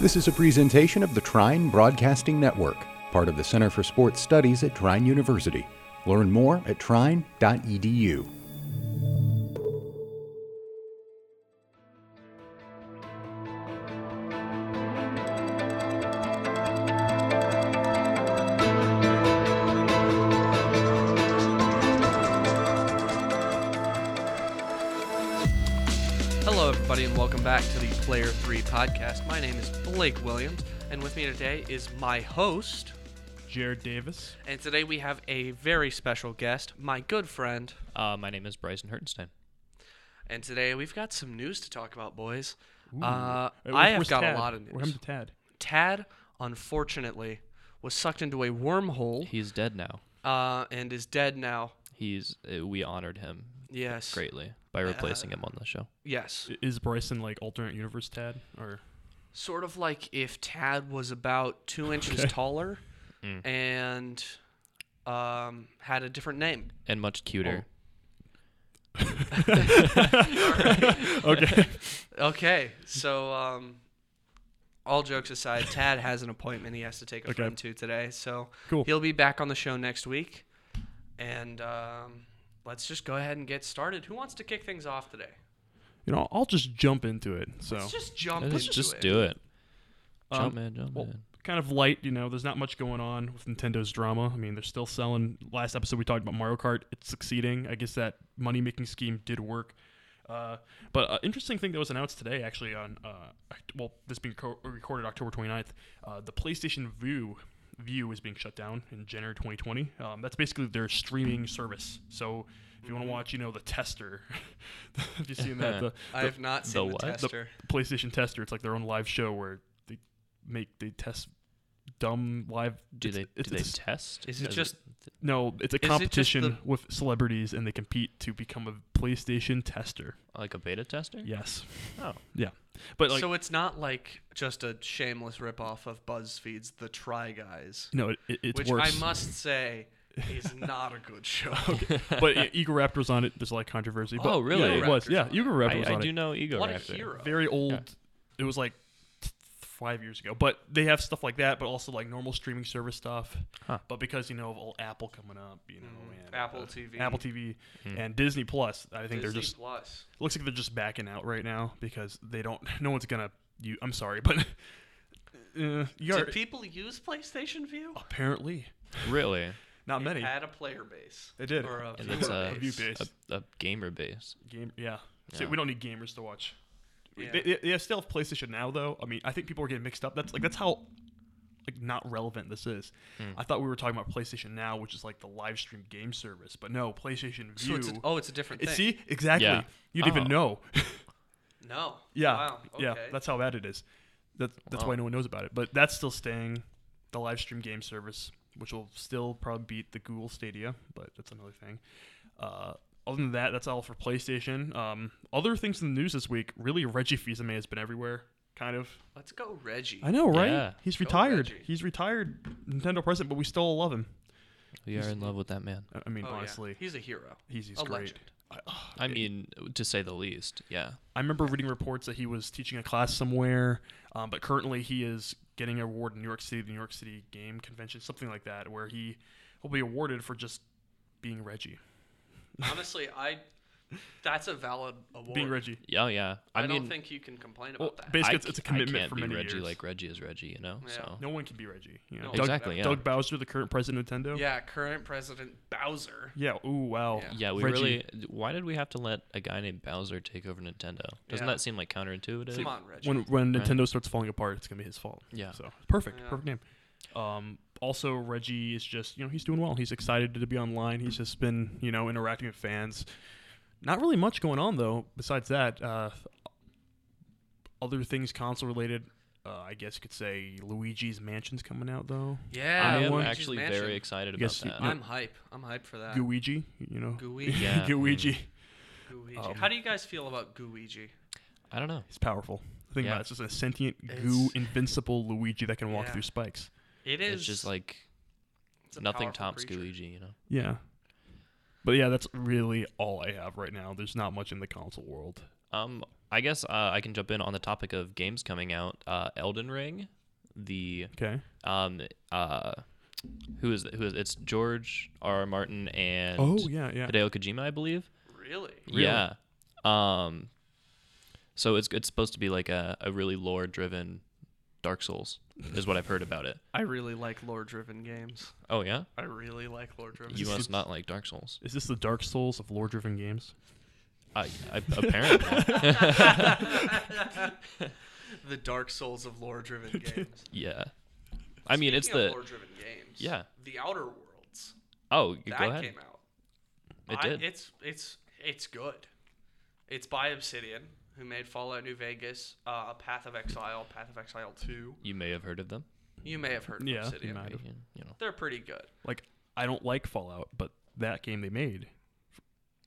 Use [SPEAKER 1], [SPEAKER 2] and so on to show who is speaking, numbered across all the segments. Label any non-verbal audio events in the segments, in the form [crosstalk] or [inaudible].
[SPEAKER 1] This is a presentation of the Trine Broadcasting Network, part of the Center for Sports Studies at Trine University. Learn more at E trine.edu.
[SPEAKER 2] Hello, everybody, and welcome back to the Player 3 podcast. My name is Blake Williams, and with me today is my host.
[SPEAKER 3] Jared Davis.
[SPEAKER 2] And today we have a very special guest, my good friend.
[SPEAKER 4] Uh, my name is Bryson Hertenstein.
[SPEAKER 2] And today we've got some news to talk about, boys. uh,
[SPEAKER 3] Uh,
[SPEAKER 2] I have
[SPEAKER 3] where's
[SPEAKER 2] got
[SPEAKER 3] Tad?
[SPEAKER 2] a lot of
[SPEAKER 3] Where happened
[SPEAKER 2] news.
[SPEAKER 3] to Tad?
[SPEAKER 2] Tad, unfortunately, was sucked into a wormhole
[SPEAKER 4] He's dead now.
[SPEAKER 2] uh, and is dead now.
[SPEAKER 4] He's uh, we honored him
[SPEAKER 2] Yes.
[SPEAKER 4] greatly by replacing him on the show.
[SPEAKER 2] Yes.
[SPEAKER 3] I- Is Bryson like alternate universe Tad or
[SPEAKER 2] Sort of like if Tad was about two inches taller and um, had a different name.
[SPEAKER 4] And much cuter.
[SPEAKER 3] okay?
[SPEAKER 2] Okay, so um, all jokes aside, Tad has an appointment he has to take a
[SPEAKER 3] Okay.
[SPEAKER 2] friend to today, so
[SPEAKER 3] Cool.
[SPEAKER 2] he'll be back on the show next week. And um, let's just go ahead and get started. Who wants to kick things off today?
[SPEAKER 3] you know, I'll just jump into it. So
[SPEAKER 2] Let's just jump.
[SPEAKER 4] Let's
[SPEAKER 2] into
[SPEAKER 4] Uh, just
[SPEAKER 2] it.
[SPEAKER 4] do it.
[SPEAKER 3] Um,
[SPEAKER 4] Jump man, jump
[SPEAKER 3] well,
[SPEAKER 4] man.
[SPEAKER 3] kind of light. You know, there's not much going on with Nintendo's drama. I mean, they're still selling. Last episode we talked about Mario Kart. It's succeeding. I guess that money making scheme did work. Uh, but uh, interesting thing that was announced today, actually, on uh, Oct- well, this being co- recorded October 29th, uh, the PlayStation View View is being shut down in January 2020. Um, that's basically their streaming service. So if you want to watch, you know, the tester, [laughs] have you seen that? The,
[SPEAKER 2] I have not seen the,
[SPEAKER 4] what? The-
[SPEAKER 2] tester.
[SPEAKER 3] PlayStation Tester. It's like their own live show where they make they test dumb live.
[SPEAKER 4] Do
[SPEAKER 3] it's-
[SPEAKER 4] they
[SPEAKER 3] it's-
[SPEAKER 4] do they
[SPEAKER 3] it's-
[SPEAKER 4] test?
[SPEAKER 2] Is it
[SPEAKER 4] As-
[SPEAKER 2] just
[SPEAKER 3] no? It's a
[SPEAKER 2] just
[SPEAKER 3] competition
[SPEAKER 2] the-
[SPEAKER 3] with celebrities, and they compete to become a PlayStation Tester.
[SPEAKER 4] like a beta tester?
[SPEAKER 3] Yes.
[SPEAKER 4] Oh.
[SPEAKER 3] Yeah. But like
[SPEAKER 2] so it's not like just a shameless ripoff of BuzzFeed's The Try Guys,
[SPEAKER 3] no, it, it- it's
[SPEAKER 2] which
[SPEAKER 3] worse.
[SPEAKER 2] I must say is not a good show.
[SPEAKER 3] but
[SPEAKER 4] [laughs]
[SPEAKER 3] I- Igor Raptor's on it. There's a lot of controversy. But
[SPEAKER 4] Oh, really?
[SPEAKER 3] Yeah, it was.
[SPEAKER 2] Raptor's
[SPEAKER 3] Yeah,
[SPEAKER 2] on it.
[SPEAKER 3] Igor Raptor was
[SPEAKER 4] I, I
[SPEAKER 3] on
[SPEAKER 4] do
[SPEAKER 3] it.
[SPEAKER 4] know ego
[SPEAKER 2] What a
[SPEAKER 4] Raptor.
[SPEAKER 2] hero.
[SPEAKER 3] Very old. It was like th- five years ago. But they have stuff like that, but also like normal streaming service stuff.
[SPEAKER 4] Huh.
[SPEAKER 3] But because you know of all Apple coming up, you know, and,
[SPEAKER 2] Mm-hmm. Apple
[SPEAKER 3] uh,
[SPEAKER 2] TV.
[SPEAKER 3] Apple TV,
[SPEAKER 4] Hmm.
[SPEAKER 3] and Disney Plus, I think
[SPEAKER 2] Disney
[SPEAKER 3] they're just
[SPEAKER 2] Plus.
[SPEAKER 3] looks like they're just backing out right now because they don't. [laughs] No one's gonna. You, I'm sorry, but [laughs] uh, you are
[SPEAKER 2] Did people use PlayStation View?
[SPEAKER 3] apparently
[SPEAKER 4] Really?
[SPEAKER 3] not Oh, many.
[SPEAKER 2] It had a player base.
[SPEAKER 3] It did.
[SPEAKER 2] Or a
[SPEAKER 4] And
[SPEAKER 2] viewer
[SPEAKER 4] that's
[SPEAKER 3] were
[SPEAKER 4] a,
[SPEAKER 2] base.
[SPEAKER 3] view base.
[SPEAKER 4] a, a gamer base.
[SPEAKER 3] Game, yeah. See,
[SPEAKER 4] Yeah.
[SPEAKER 3] we don't need gamers to watch.
[SPEAKER 2] Yeah.
[SPEAKER 3] They, they, they still have PlayStation now, though. I mean, I think people are getting mixed up. That's like that's how like not relevant this is.
[SPEAKER 2] Hmm.
[SPEAKER 3] I thought we were talking about PlayStation Now, which is like the live stream game service, but no, PlayStation
[SPEAKER 2] So
[SPEAKER 3] View.
[SPEAKER 2] it's a, oh, it's a different
[SPEAKER 3] It-
[SPEAKER 2] thing.
[SPEAKER 3] see exactly.
[SPEAKER 4] Yeah.
[SPEAKER 3] You didn't
[SPEAKER 4] Oh.
[SPEAKER 3] even know.
[SPEAKER 2] No.
[SPEAKER 3] yeah,
[SPEAKER 2] Wow. Okay.
[SPEAKER 3] yeah. That's how bad it is. That, that's why no one knows about it. But that's still staying the live stream game service, which will still probably beat the Google Stadia, but that's another thing. Uh, other than that, that's all for PlayStation. Um, other things in the news this week, really, Reggie Fils-Aimé has been everywhere, kind of.
[SPEAKER 2] Let's go, Reggie.
[SPEAKER 3] I know, right?
[SPEAKER 4] Yeah.
[SPEAKER 3] He's retired.
[SPEAKER 2] Reggie.
[SPEAKER 3] He's retired Nintendo president, but we still love him.
[SPEAKER 4] We are in love with that man.
[SPEAKER 3] I- I mean,
[SPEAKER 2] Oh, yeah.
[SPEAKER 3] honestly,
[SPEAKER 2] He's a hero.
[SPEAKER 3] he's, he's
[SPEAKER 2] a
[SPEAKER 3] great.
[SPEAKER 2] legend.
[SPEAKER 3] I, ugh,
[SPEAKER 4] I mean, to say the least. Yeah.
[SPEAKER 3] I remember reading reports that he was teaching a class somewhere, um, but currently he is getting an award in New York City, the New York City Game Convention, something like that, where he will be awarded for just being Reggie.
[SPEAKER 2] Honestly,
[SPEAKER 3] [laughs]
[SPEAKER 2] I. That's a valid award.
[SPEAKER 3] Being Reggie. oh,
[SPEAKER 4] Yeah, yeah. I,
[SPEAKER 2] I,
[SPEAKER 4] mean,
[SPEAKER 2] don't think you can complain
[SPEAKER 3] Well,
[SPEAKER 2] about that.
[SPEAKER 3] basically,
[SPEAKER 4] I
[SPEAKER 3] it's, it's a
[SPEAKER 4] c- I
[SPEAKER 3] commitment
[SPEAKER 4] can't
[SPEAKER 3] for
[SPEAKER 4] be
[SPEAKER 3] many
[SPEAKER 4] Reggie
[SPEAKER 3] years.
[SPEAKER 4] like Reggie is Reggie, you know.
[SPEAKER 2] Yeah.
[SPEAKER 4] So
[SPEAKER 3] no one can be Reggie. You know,
[SPEAKER 2] No,
[SPEAKER 3] Doug,
[SPEAKER 4] exactly. Yeah.
[SPEAKER 3] Doug Bowser, the current president of Nintendo.
[SPEAKER 2] yeah, current president Bowser.
[SPEAKER 3] Yeah. Ooh, wow.
[SPEAKER 2] Yeah.
[SPEAKER 4] Yeah, we
[SPEAKER 3] Reggie.
[SPEAKER 4] really. Why did we have to let a guy named Bowser take over Nintendo? Doesn't
[SPEAKER 2] Yeah.
[SPEAKER 4] that seem like counterintuitive?
[SPEAKER 2] Come on, Reggie.
[SPEAKER 3] When when Nintendo starts falling apart, it's gonna be his fault.
[SPEAKER 4] Yeah.
[SPEAKER 3] So perfect,
[SPEAKER 2] Yeah.
[SPEAKER 3] perfect name. Um, also, Reggie is just you know he's doing well. He's excited to be online. He's just been you know interacting with fans. Not really much going on though. Besides that, uh, other things console related. Uh, I guess you could say Luigi's Mansion's coming out though.
[SPEAKER 2] yeah,
[SPEAKER 4] I
[SPEAKER 3] Uh,
[SPEAKER 4] am
[SPEAKER 3] one-
[SPEAKER 2] Luigi's
[SPEAKER 4] actually
[SPEAKER 2] Mansion.
[SPEAKER 4] very excited about
[SPEAKER 3] Yes, you-
[SPEAKER 4] that.
[SPEAKER 3] no.
[SPEAKER 2] I'm hype. I'm hype for that.
[SPEAKER 3] Luigi, you know. [laughs]
[SPEAKER 2] Gooey.
[SPEAKER 4] Yeah.
[SPEAKER 3] Luigi.
[SPEAKER 2] Gooigi.
[SPEAKER 3] um,
[SPEAKER 2] How do you guys feel about Gooigi?
[SPEAKER 4] I don't know.
[SPEAKER 3] He's powerful. Think
[SPEAKER 4] Yeah.
[SPEAKER 3] about it. It's just a sentient goo,
[SPEAKER 2] It's-
[SPEAKER 3] invincible Luigi that can walk
[SPEAKER 2] Yeah.
[SPEAKER 3] through spikes.
[SPEAKER 2] It is
[SPEAKER 4] It's, just like
[SPEAKER 2] it's a
[SPEAKER 4] nothing
[SPEAKER 2] powerful
[SPEAKER 4] tops
[SPEAKER 2] creature.
[SPEAKER 4] Gooigi, you know.
[SPEAKER 3] Yeah. But yeah, that's really all I have right now. There's not much in the console world.
[SPEAKER 4] Um, I guess uh, I can jump in on the topic of games coming out. Uh, Elden Ring, the
[SPEAKER 3] Okay.
[SPEAKER 4] um uh, who is who is it's George R. R. Martin and
[SPEAKER 3] Oh yeah, yeah.
[SPEAKER 4] Hideo Kojima, I believe.
[SPEAKER 2] Really?
[SPEAKER 4] Yeah. Um. So it's it's supposed to be like a, a really lore driven Dark Souls is what I've heard about it.
[SPEAKER 2] I really like lore-driven games.
[SPEAKER 4] Oh yeah,
[SPEAKER 2] I really like lore-driven.
[SPEAKER 4] [laughs] you
[SPEAKER 2] games.
[SPEAKER 4] must not like Dark Souls.
[SPEAKER 3] Is this the Dark Souls of lore-driven games?
[SPEAKER 4] I, I apparently
[SPEAKER 2] the Dark Souls of [laughs] lore-driven games.
[SPEAKER 4] [laughs] yeah. I mean it's
[SPEAKER 2] Speaking of
[SPEAKER 4] the
[SPEAKER 2] lore-driven games.
[SPEAKER 4] Yeah.
[SPEAKER 2] The Outer Worlds
[SPEAKER 4] oh you-
[SPEAKER 2] that
[SPEAKER 4] go ahead
[SPEAKER 2] came out.
[SPEAKER 4] it
[SPEAKER 2] I,
[SPEAKER 4] did
[SPEAKER 2] It's it's it's good. It's by Obsidian, who made Fallout New Vegas, uh, Path of Exile, Path of Exile Two.
[SPEAKER 4] you may have heard of them
[SPEAKER 2] You may have heard of
[SPEAKER 3] Yeah, you
[SPEAKER 2] Obsidian.
[SPEAKER 3] might.
[SPEAKER 4] you
[SPEAKER 3] I've-
[SPEAKER 4] you know
[SPEAKER 2] They're pretty good.
[SPEAKER 3] Like I don't like Fallout, but that game they made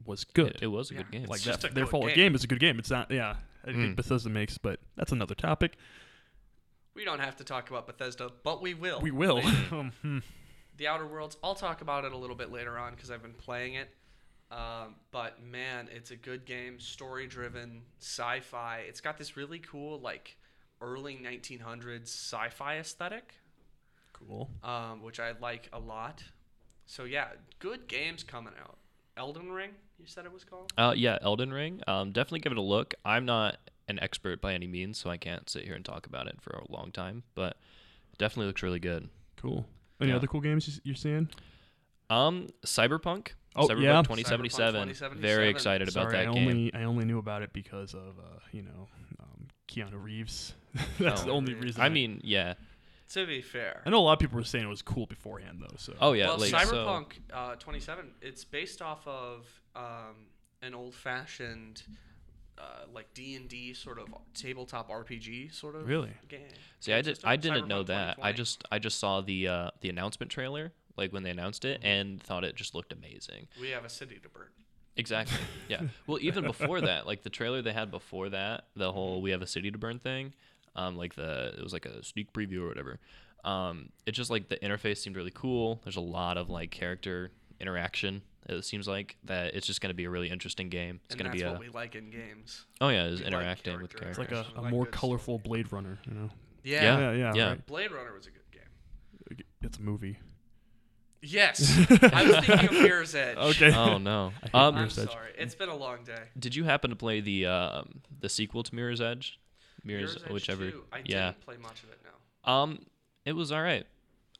[SPEAKER 3] was
[SPEAKER 4] it,
[SPEAKER 3] good.
[SPEAKER 4] it was a
[SPEAKER 2] Yeah.
[SPEAKER 4] good game Hmm.
[SPEAKER 3] like
[SPEAKER 2] just
[SPEAKER 3] that,
[SPEAKER 2] a
[SPEAKER 3] their
[SPEAKER 2] good
[SPEAKER 3] Fallout
[SPEAKER 2] game.
[SPEAKER 3] game. is a good game. It's not yeah. I think Bethesda makes, but that's another topic.
[SPEAKER 2] We don't have to talk about Bethesda, but we
[SPEAKER 4] Oh,
[SPEAKER 2] will.
[SPEAKER 3] We will. [laughs] um, hmm.
[SPEAKER 2] The Outer Worlds. I'll talk about it a little bit later on because I've been playing it. Um, but man, it's a good game, story-driven, sci-fi. It's got this really cool, like, early 1900s sci-fi aesthetic.
[SPEAKER 3] Cool.
[SPEAKER 2] um, which I like a lot. So yeah, good games coming out. Elden Ring, you said it was called.
[SPEAKER 4] uh yeah Elden Ring um definitely give it a look I'm not an expert by any means so I can't sit here and talk about it for a long time but it definitely looks really good
[SPEAKER 3] Cool. Any
[SPEAKER 4] Yeah.
[SPEAKER 3] other cool games you- you're seeing?
[SPEAKER 4] Um, Cyberpunk.
[SPEAKER 3] Oh,
[SPEAKER 4] Cyberpunk
[SPEAKER 3] yeah.
[SPEAKER 4] 2077.
[SPEAKER 2] Cyberpunk 2077.
[SPEAKER 4] Very excited about
[SPEAKER 3] Sorry,
[SPEAKER 4] that
[SPEAKER 3] I
[SPEAKER 4] game.
[SPEAKER 3] only I only knew about it because of uh, you know um, Keanu Reeves. [laughs] That's
[SPEAKER 4] Oh.
[SPEAKER 3] the only reason.
[SPEAKER 4] I mean, yeah.
[SPEAKER 2] To be fair,
[SPEAKER 3] I know a lot of people were saying it was cool beforehand though. So
[SPEAKER 4] Oh yeah.
[SPEAKER 2] well,
[SPEAKER 4] like,
[SPEAKER 2] Cyberpunk uh, 27. It's based off of um, an old-fashioned, uh, like D and D sort of tabletop RPG sort of
[SPEAKER 3] Really?
[SPEAKER 2] game.
[SPEAKER 4] So, see, I did.
[SPEAKER 2] system.
[SPEAKER 4] I didn't know
[SPEAKER 2] Cyberpunk
[SPEAKER 4] that.
[SPEAKER 2] 2020.
[SPEAKER 4] I just. I just saw the uh, the announcement trailer, like when they announced it,
[SPEAKER 2] Mm-hmm.
[SPEAKER 4] and thought it just looked amazing.
[SPEAKER 2] we have a city to burn.
[SPEAKER 4] Exactly.
[SPEAKER 3] [laughs]
[SPEAKER 4] Yeah. well, even before that, like the trailer they had before that, the whole "We Have a City to Burn" thing, um, like the it was like a sneak preview or whatever. Um, it just like the interface seemed really cool. There's a lot of like character interaction. It seems like that it's just going to be a really interesting game. It's
[SPEAKER 2] and
[SPEAKER 4] going to
[SPEAKER 2] that's
[SPEAKER 4] be a
[SPEAKER 2] what we like in games.
[SPEAKER 4] oh yeah, it's
[SPEAKER 2] we like
[SPEAKER 4] interacting with
[SPEAKER 2] character
[SPEAKER 3] it's
[SPEAKER 4] characters.
[SPEAKER 3] like a, a
[SPEAKER 2] Like
[SPEAKER 3] more
[SPEAKER 2] good story.
[SPEAKER 3] colorful Blade Runner. You know.
[SPEAKER 2] Yeah.
[SPEAKER 4] Yeah.
[SPEAKER 3] yeah.
[SPEAKER 4] yeah.
[SPEAKER 3] right.
[SPEAKER 2] Blade Runner was a good game.
[SPEAKER 3] It's a movie.
[SPEAKER 2] Yes,
[SPEAKER 3] [laughs]
[SPEAKER 2] I was thinking of Mirror's Edge.
[SPEAKER 3] Okay. [laughs]
[SPEAKER 4] oh no.
[SPEAKER 2] I'm
[SPEAKER 4] Um,
[SPEAKER 3] Mirror's Edge.
[SPEAKER 2] sorry. It's been a long day.
[SPEAKER 4] did you happen to play the um, the sequel to Mirror's Edge? Mirror's,
[SPEAKER 2] Mirror's Edge
[SPEAKER 4] whichever.
[SPEAKER 2] 2, I
[SPEAKER 4] yeah.
[SPEAKER 2] didn't play much of it now.
[SPEAKER 4] Um, it was all right.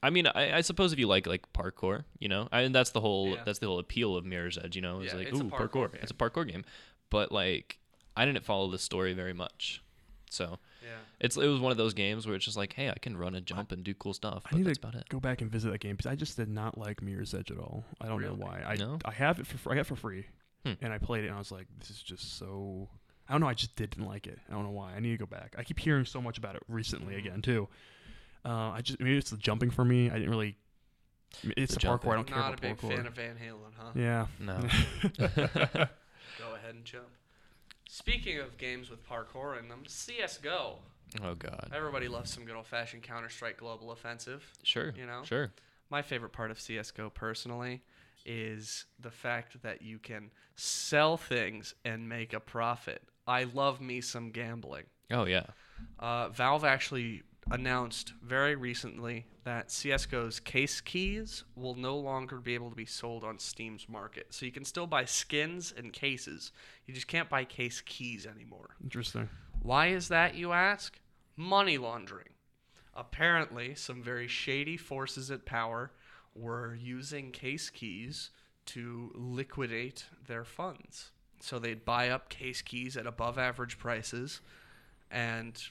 [SPEAKER 4] I mean, I, I suppose if you like like parkour, you know, I, and that's the whole
[SPEAKER 2] Yeah.
[SPEAKER 4] that's the whole appeal of Mirror's Edge, you know, it's
[SPEAKER 2] Yeah,
[SPEAKER 4] like
[SPEAKER 2] it's a
[SPEAKER 4] ooh
[SPEAKER 2] parkour
[SPEAKER 4] parkour,
[SPEAKER 2] game.
[SPEAKER 4] it's a parkour game, but like I didn't follow the story very much, so
[SPEAKER 2] Yeah.
[SPEAKER 4] it's it was one of those games where it's just like, hey, I can run and jump and do cool stuff,
[SPEAKER 3] I
[SPEAKER 4] but
[SPEAKER 3] need
[SPEAKER 4] that's
[SPEAKER 2] [laughs]
[SPEAKER 3] to
[SPEAKER 4] about it.
[SPEAKER 3] go back and visit that game because I just did not like Mirror's Edge at all. I don't
[SPEAKER 2] Really?
[SPEAKER 3] know why. I
[SPEAKER 4] No?
[SPEAKER 3] I have it for fr- I got it for free,
[SPEAKER 4] Hmm.
[SPEAKER 3] and I played it and I was like, this is just so. I don't know. I just didn't like it. I don't know why. I need to go back. I keep hearing so much about it recently
[SPEAKER 2] Hmm.
[SPEAKER 3] again too. Uh, I just maybe it's the jumping for me. I didn't really. m- It's
[SPEAKER 4] The
[SPEAKER 3] the, parkour. I
[SPEAKER 4] jumping.
[SPEAKER 3] don't care
[SPEAKER 2] Not a
[SPEAKER 3] about
[SPEAKER 2] big
[SPEAKER 3] parkour.
[SPEAKER 2] fan of Van Halen, huh? [laughs]
[SPEAKER 3] yeah.
[SPEAKER 4] No,
[SPEAKER 2] Go ahead and jump. Speaking of games with parkour in them, CS:GO.
[SPEAKER 4] oh god,
[SPEAKER 2] Everybody loves some good old-fashioned Counter-Strike Global Offensive.
[SPEAKER 4] sure,
[SPEAKER 2] You know?
[SPEAKER 4] sure,
[SPEAKER 2] My favorite part of CS:GO personally is the fact that you can sell things and make a profit. I love me some gambling.
[SPEAKER 4] oh yeah,
[SPEAKER 2] Uh, Valve actually announced very recently that CSGO's case keys will no longer be able to be sold on Steam's market. So you can still buy skins and cases. You just can't buy case keys anymore.
[SPEAKER 3] Interesting.
[SPEAKER 2] Why is that, you ask? Money laundering. Apparently, some very shady forces at power were using case keys to liquidate their funds. So they'd buy up case keys at above average prices, and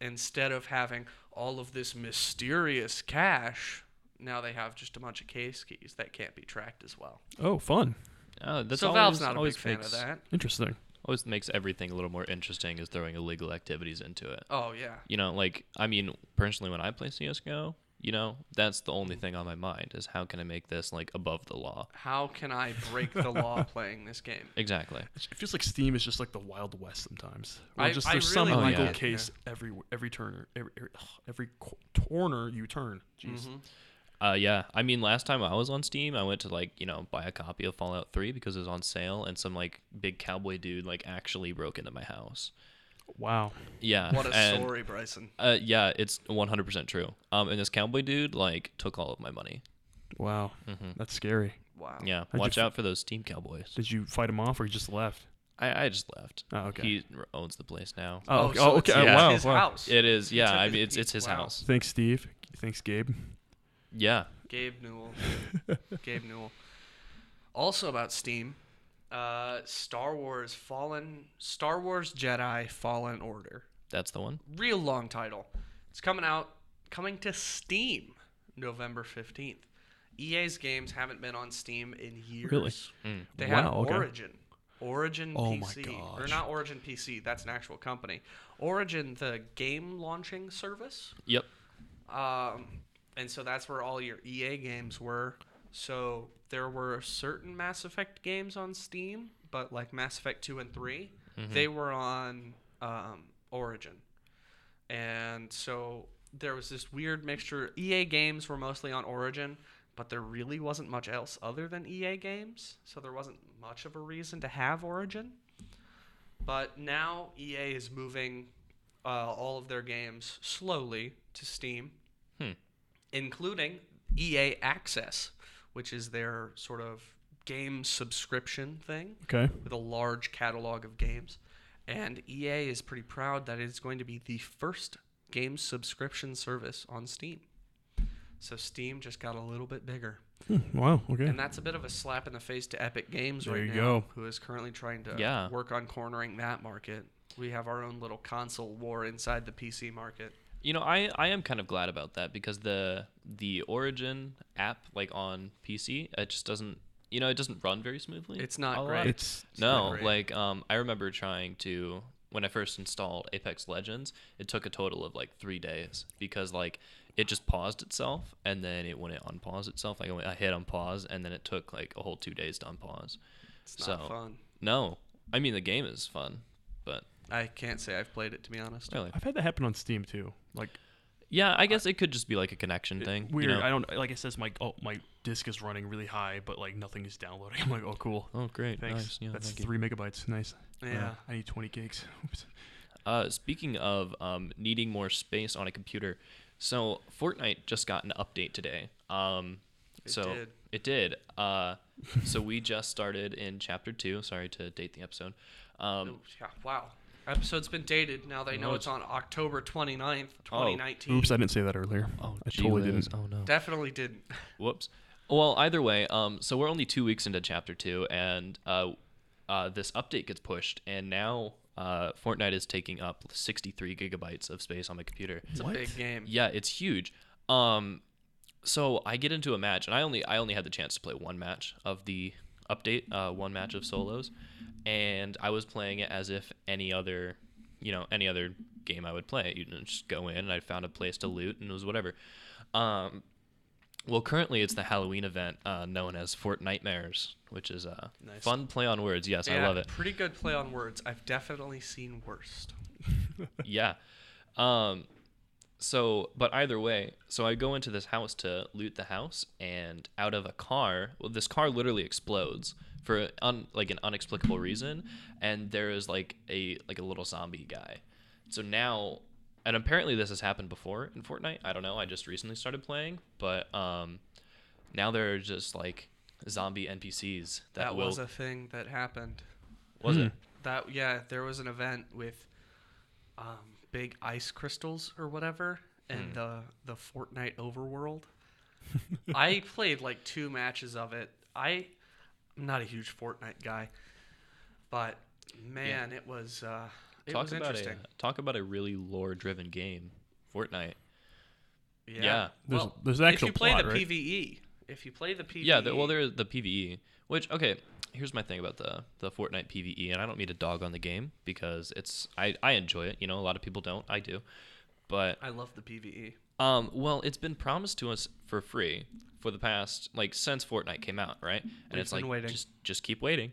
[SPEAKER 2] instead of having all of this mysterious cash, now they have just a bunch of case keys that can't be tracked as well.
[SPEAKER 3] Oh, fun.
[SPEAKER 4] oh, that's
[SPEAKER 2] so
[SPEAKER 4] always,
[SPEAKER 2] Valve's not a
[SPEAKER 4] always
[SPEAKER 2] big fan
[SPEAKER 4] makes-
[SPEAKER 2] of that.
[SPEAKER 3] Interesting.
[SPEAKER 4] Always makes everything a little more interesting is throwing illegal activities into it.
[SPEAKER 2] Oh, yeah.
[SPEAKER 4] you know, like I mean, personally, when I play CS:GO, you know, that's the only thing on my mind is how can I make this like above the law?
[SPEAKER 2] How can I break the
[SPEAKER 4] [laughs]
[SPEAKER 2] law playing this game?
[SPEAKER 4] Exactly.
[SPEAKER 3] It feels like Steam is just like the Wild West sometimes.
[SPEAKER 2] I-
[SPEAKER 3] Where just
[SPEAKER 2] I
[SPEAKER 3] there's
[SPEAKER 2] really
[SPEAKER 3] some
[SPEAKER 4] like
[SPEAKER 3] legal
[SPEAKER 4] it,
[SPEAKER 3] case every every turner every every, ugh, every co- corner you turn. Jeez.
[SPEAKER 4] Uh, yeah. I mean, last time I was on Steam, I went to like you know buy a copy of Fallout Three because it was on sale, and some like big cowboy dude like actually broke into my house,
[SPEAKER 3] Wow.
[SPEAKER 4] Yeah.
[SPEAKER 2] What a
[SPEAKER 4] [laughs] and,
[SPEAKER 2] story, Bryson.
[SPEAKER 4] Uh, yeah, it's 100% true. Um, and this cowboy dude like took all of my money.
[SPEAKER 3] Wow.
[SPEAKER 4] Mm-hmm.
[SPEAKER 3] That's scary.
[SPEAKER 2] Wow.
[SPEAKER 4] Yeah,
[SPEAKER 3] you
[SPEAKER 4] watch
[SPEAKER 3] f-
[SPEAKER 4] out for those team cowboys.
[SPEAKER 3] Did you fight him off or you just left?
[SPEAKER 4] I, I just left.
[SPEAKER 3] Oh, okay.
[SPEAKER 4] He owns the place now.
[SPEAKER 3] Oh, okay.
[SPEAKER 2] so
[SPEAKER 3] oh,
[SPEAKER 2] it's
[SPEAKER 3] okay.
[SPEAKER 2] his-
[SPEAKER 3] wow.
[SPEAKER 2] his
[SPEAKER 3] wow.
[SPEAKER 2] house.
[SPEAKER 4] It is, yeah.
[SPEAKER 2] took
[SPEAKER 4] I
[SPEAKER 2] his
[SPEAKER 4] mean, it's
[SPEAKER 2] key-
[SPEAKER 4] it's his
[SPEAKER 2] wow.
[SPEAKER 4] house.
[SPEAKER 3] Thanks, Steve. Thanks, Gabe.
[SPEAKER 4] Yeah.
[SPEAKER 2] Gabe Newell. Gabe Newell. Also about Steam, uh, Star Wars Fallen, Star Wars Jedi Fallen Order.
[SPEAKER 4] That's the one.
[SPEAKER 2] Real long title. It's coming out, coming to Steam November 15th. EA's games haven't been on Steam in years.
[SPEAKER 3] Really?
[SPEAKER 4] Hmm.
[SPEAKER 2] They
[SPEAKER 3] Wow,
[SPEAKER 2] had
[SPEAKER 3] okay.
[SPEAKER 2] Origin. Origin
[SPEAKER 3] Oh my
[SPEAKER 2] PC. Or not Origin PC, that's an actual company. Origin, the game launching service.
[SPEAKER 4] Yep.
[SPEAKER 2] Um, and so that's where all your EA games were. So there were certain Mass Effect games on Steam, but like Mass Effect 2 and 3, they were on um, Origin. And so there was this weird mixture. EA games were mostly on Origin, but there really wasn't much else other than EA games. So there wasn't much of a reason to have Origin. But now EA is moving uh, all of their games slowly to Steam,
[SPEAKER 4] Hmm.
[SPEAKER 2] including EA Access, which is their sort of game subscription thing
[SPEAKER 3] Okay.
[SPEAKER 2] with a large catalog of games. And EA is pretty proud that it's going to be the first game subscription service on Steam. So Steam just got a little bit bigger.
[SPEAKER 3] Wow. Okay.
[SPEAKER 2] And that's a bit of a slap in the face to Epic Games
[SPEAKER 3] There
[SPEAKER 2] right
[SPEAKER 3] you
[SPEAKER 2] now,
[SPEAKER 3] go.
[SPEAKER 2] who is currently trying to
[SPEAKER 4] Yeah.
[SPEAKER 2] work on cornering that market. We have our own little console war inside the PC market.
[SPEAKER 4] You know, I, I am kind of glad about that because the the Origin app like on PC, it just doesn't you know, it doesn't run very smooely.
[SPEAKER 2] It's not
[SPEAKER 4] a lot.
[SPEAKER 2] great.
[SPEAKER 3] It's
[SPEAKER 2] not
[SPEAKER 4] no,
[SPEAKER 2] great.
[SPEAKER 4] like um I remember trying to when I first installed Apex Legends, it took a total of like 3 days because like it just paused itself and then it when it unpaused itself, like I hit unpause and then it took like a whole 2 days to unpause.
[SPEAKER 2] It's not
[SPEAKER 4] So-
[SPEAKER 2] fun.
[SPEAKER 4] No. I mean the game is fun, but
[SPEAKER 2] I can't say I've played it to be honest.
[SPEAKER 4] really.
[SPEAKER 3] I've had that happen on Steam too. Like
[SPEAKER 4] Yeah, I guess it could just be like a connection thing.
[SPEAKER 3] weird.
[SPEAKER 4] You know?
[SPEAKER 3] I don't like. It says my oh my disk is running really high, but like nothing is downloading. [laughs] I'm like, oh cool.
[SPEAKER 4] Oh great!
[SPEAKER 3] Thanks.
[SPEAKER 4] Nice. Yeah,
[SPEAKER 3] That's
[SPEAKER 4] thank you.
[SPEAKER 3] three megabytes. Nice. Uh,
[SPEAKER 2] Yeah.
[SPEAKER 3] I need 20 gigs. Oops.
[SPEAKER 4] Uh, speaking of um, needing more space on a computer, so Fortnite just got an update today. Um,
[SPEAKER 2] It
[SPEAKER 4] so
[SPEAKER 2] did.
[SPEAKER 4] it did. Uh, so we just started in chapter two. Sorry to date the episode. Um,
[SPEAKER 2] Oh, yeah, wow. Episode's been dated. Now they know it's on October 29th,
[SPEAKER 4] Oh.
[SPEAKER 2] 2019.
[SPEAKER 3] Oops, I didn't say that earlier. I
[SPEAKER 4] gee
[SPEAKER 3] totally
[SPEAKER 4] whiz.
[SPEAKER 3] didn't.
[SPEAKER 4] Oh no.
[SPEAKER 2] Definitely didn't.
[SPEAKER 4] Whoops. Well, either way, um, so we're only two weeks into chapter two, and uh, uh, this update gets pushed, and now uh, Fortnite is taking up 63 gigabytes of space on my computer.
[SPEAKER 2] It's a big game.
[SPEAKER 4] Yeah, it's huge. Um, so I get into a match, and I only I only had the chance to play one match of the update, uh, one match of solos, and I was playing it as if any other, you know, any other game I would play. You know, just go in, and I found a place to loot, and it was whatever. Um, well, currently it's the Halloween event uh, known as Fort Nightmares, which is uh, fun play on words. Yes, I
[SPEAKER 2] Yeah,
[SPEAKER 4] love it.
[SPEAKER 2] Pretty good play on words. I've definitely seen worst.
[SPEAKER 4] yeah. Um so but either way, so I go into this house to loot the house and out of a car, well this car literally explodes for un, like an unexplicable reason and there is like a like a little zombie guy. So now and apparently this has happened before in Fortnite. I don't know. I just recently started playing, but um now there are just like zombie NPCs that,
[SPEAKER 2] That,
[SPEAKER 4] will
[SPEAKER 2] was a thing that happened.
[SPEAKER 4] was
[SPEAKER 3] Hmm.
[SPEAKER 4] it?
[SPEAKER 2] That yeah, there was an event with um, big ice crystals or whatever,
[SPEAKER 4] Hmm.
[SPEAKER 2] and the the Fortnite overworld. [laughs] I played like two matches of it. I I'm not a huge Fortnite guy, but man, it was uh, it
[SPEAKER 4] Talk
[SPEAKER 2] was
[SPEAKER 4] about
[SPEAKER 2] interesting.
[SPEAKER 4] a talk about a really lore driven game. Fortnite.
[SPEAKER 2] Yeah.
[SPEAKER 4] Yeah.
[SPEAKER 3] There's-
[SPEAKER 2] well,
[SPEAKER 3] there's
[SPEAKER 2] if
[SPEAKER 3] actual
[SPEAKER 2] you play
[SPEAKER 3] plot,
[SPEAKER 2] the
[SPEAKER 3] right?
[SPEAKER 2] PVE, if you play the E, PVE,
[SPEAKER 4] Yeah, the, well, there's the PVE, which okay. Here's my thing about the the Fortnite PVE, and I don't mean to dog on the game because it's I I enjoy it. You know, a lot of people don't. I do, but
[SPEAKER 2] I love the E. PVE.
[SPEAKER 4] um, well, it's been promised to us for free for the past like since Fortnite came out, right? And it's
[SPEAKER 2] been
[SPEAKER 4] like
[SPEAKER 2] waiting.
[SPEAKER 4] just just keep waiting,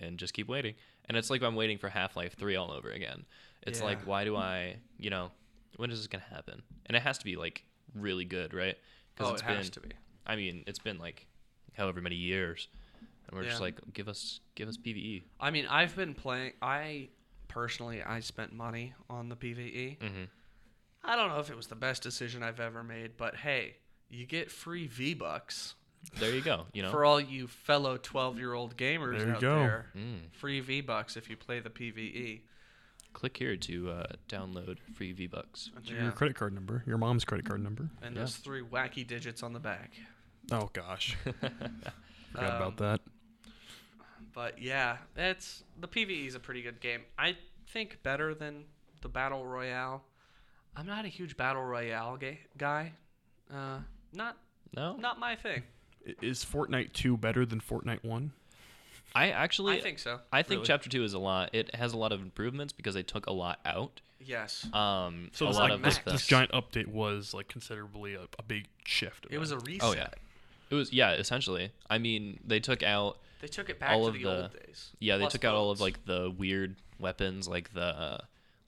[SPEAKER 4] and just keep waiting, and it's like I'm waiting for Half Life Three all over again. It's
[SPEAKER 2] Yeah.
[SPEAKER 4] like why do I you know when is this gonna happen? And it has to be like really good, right?
[SPEAKER 2] Oh,
[SPEAKER 4] it's
[SPEAKER 2] it has to be.
[SPEAKER 4] I mean, it's been like however many years, and we're
[SPEAKER 2] Yeah.
[SPEAKER 4] just like, give us, E. give us PVE.
[SPEAKER 2] I mean, I've been playing. I personally, I spent money on the PVE.
[SPEAKER 4] Mhm.
[SPEAKER 2] I don't know if it was the best decision I've ever made, but hey, you get free V Bucks
[SPEAKER 4] There you go.
[SPEAKER 2] [laughs]
[SPEAKER 4] You know.
[SPEAKER 2] for all you fellow 12 year old gamers
[SPEAKER 3] There you
[SPEAKER 2] out
[SPEAKER 3] go.
[SPEAKER 2] there.
[SPEAKER 4] Mm.
[SPEAKER 2] Free V Bucks if you play the E. PVE.
[SPEAKER 4] Click here to uh, download free V Bucks.
[SPEAKER 3] Your
[SPEAKER 2] Yeah. Mm-hmm.
[SPEAKER 3] credit card number, your mom's credit card number.
[SPEAKER 2] And those three wacky digits on the back.
[SPEAKER 3] Oh
[SPEAKER 2] [laughs]
[SPEAKER 3] gosh, forgot
[SPEAKER 2] Um,
[SPEAKER 3] about that.
[SPEAKER 2] But yeah, it's the PVE is a pretty good game. I think better than the battle royale. I'm not a huge battle royale ga- guy. Uh, not
[SPEAKER 4] No,
[SPEAKER 2] not my thing.
[SPEAKER 3] I- Is Fortnite two better than Fortnite one?
[SPEAKER 4] I actually
[SPEAKER 2] I think so.
[SPEAKER 4] I think
[SPEAKER 3] really.
[SPEAKER 4] Chapter Two is a lot. It has a lot of improvements because they took a lot out.
[SPEAKER 2] Yes,
[SPEAKER 4] Um,
[SPEAKER 3] So
[SPEAKER 4] a
[SPEAKER 3] this,
[SPEAKER 4] lot
[SPEAKER 3] like,
[SPEAKER 4] of the
[SPEAKER 2] Max-
[SPEAKER 4] stuff.
[SPEAKER 3] This giant update was like considerably a, a big shift.
[SPEAKER 2] it was a
[SPEAKER 3] A,
[SPEAKER 2] reset.
[SPEAKER 4] Oh yeah, it was yeah. Essentially, I mean, they took out
[SPEAKER 2] They took it back
[SPEAKER 4] All
[SPEAKER 2] to
[SPEAKER 4] of
[SPEAKER 2] the,
[SPEAKER 4] the-
[SPEAKER 2] old days.
[SPEAKER 4] yeah. They
[SPEAKER 2] Plus
[SPEAKER 4] took out all of
[SPEAKER 2] bugs.
[SPEAKER 4] like the weird weapons, like the uh,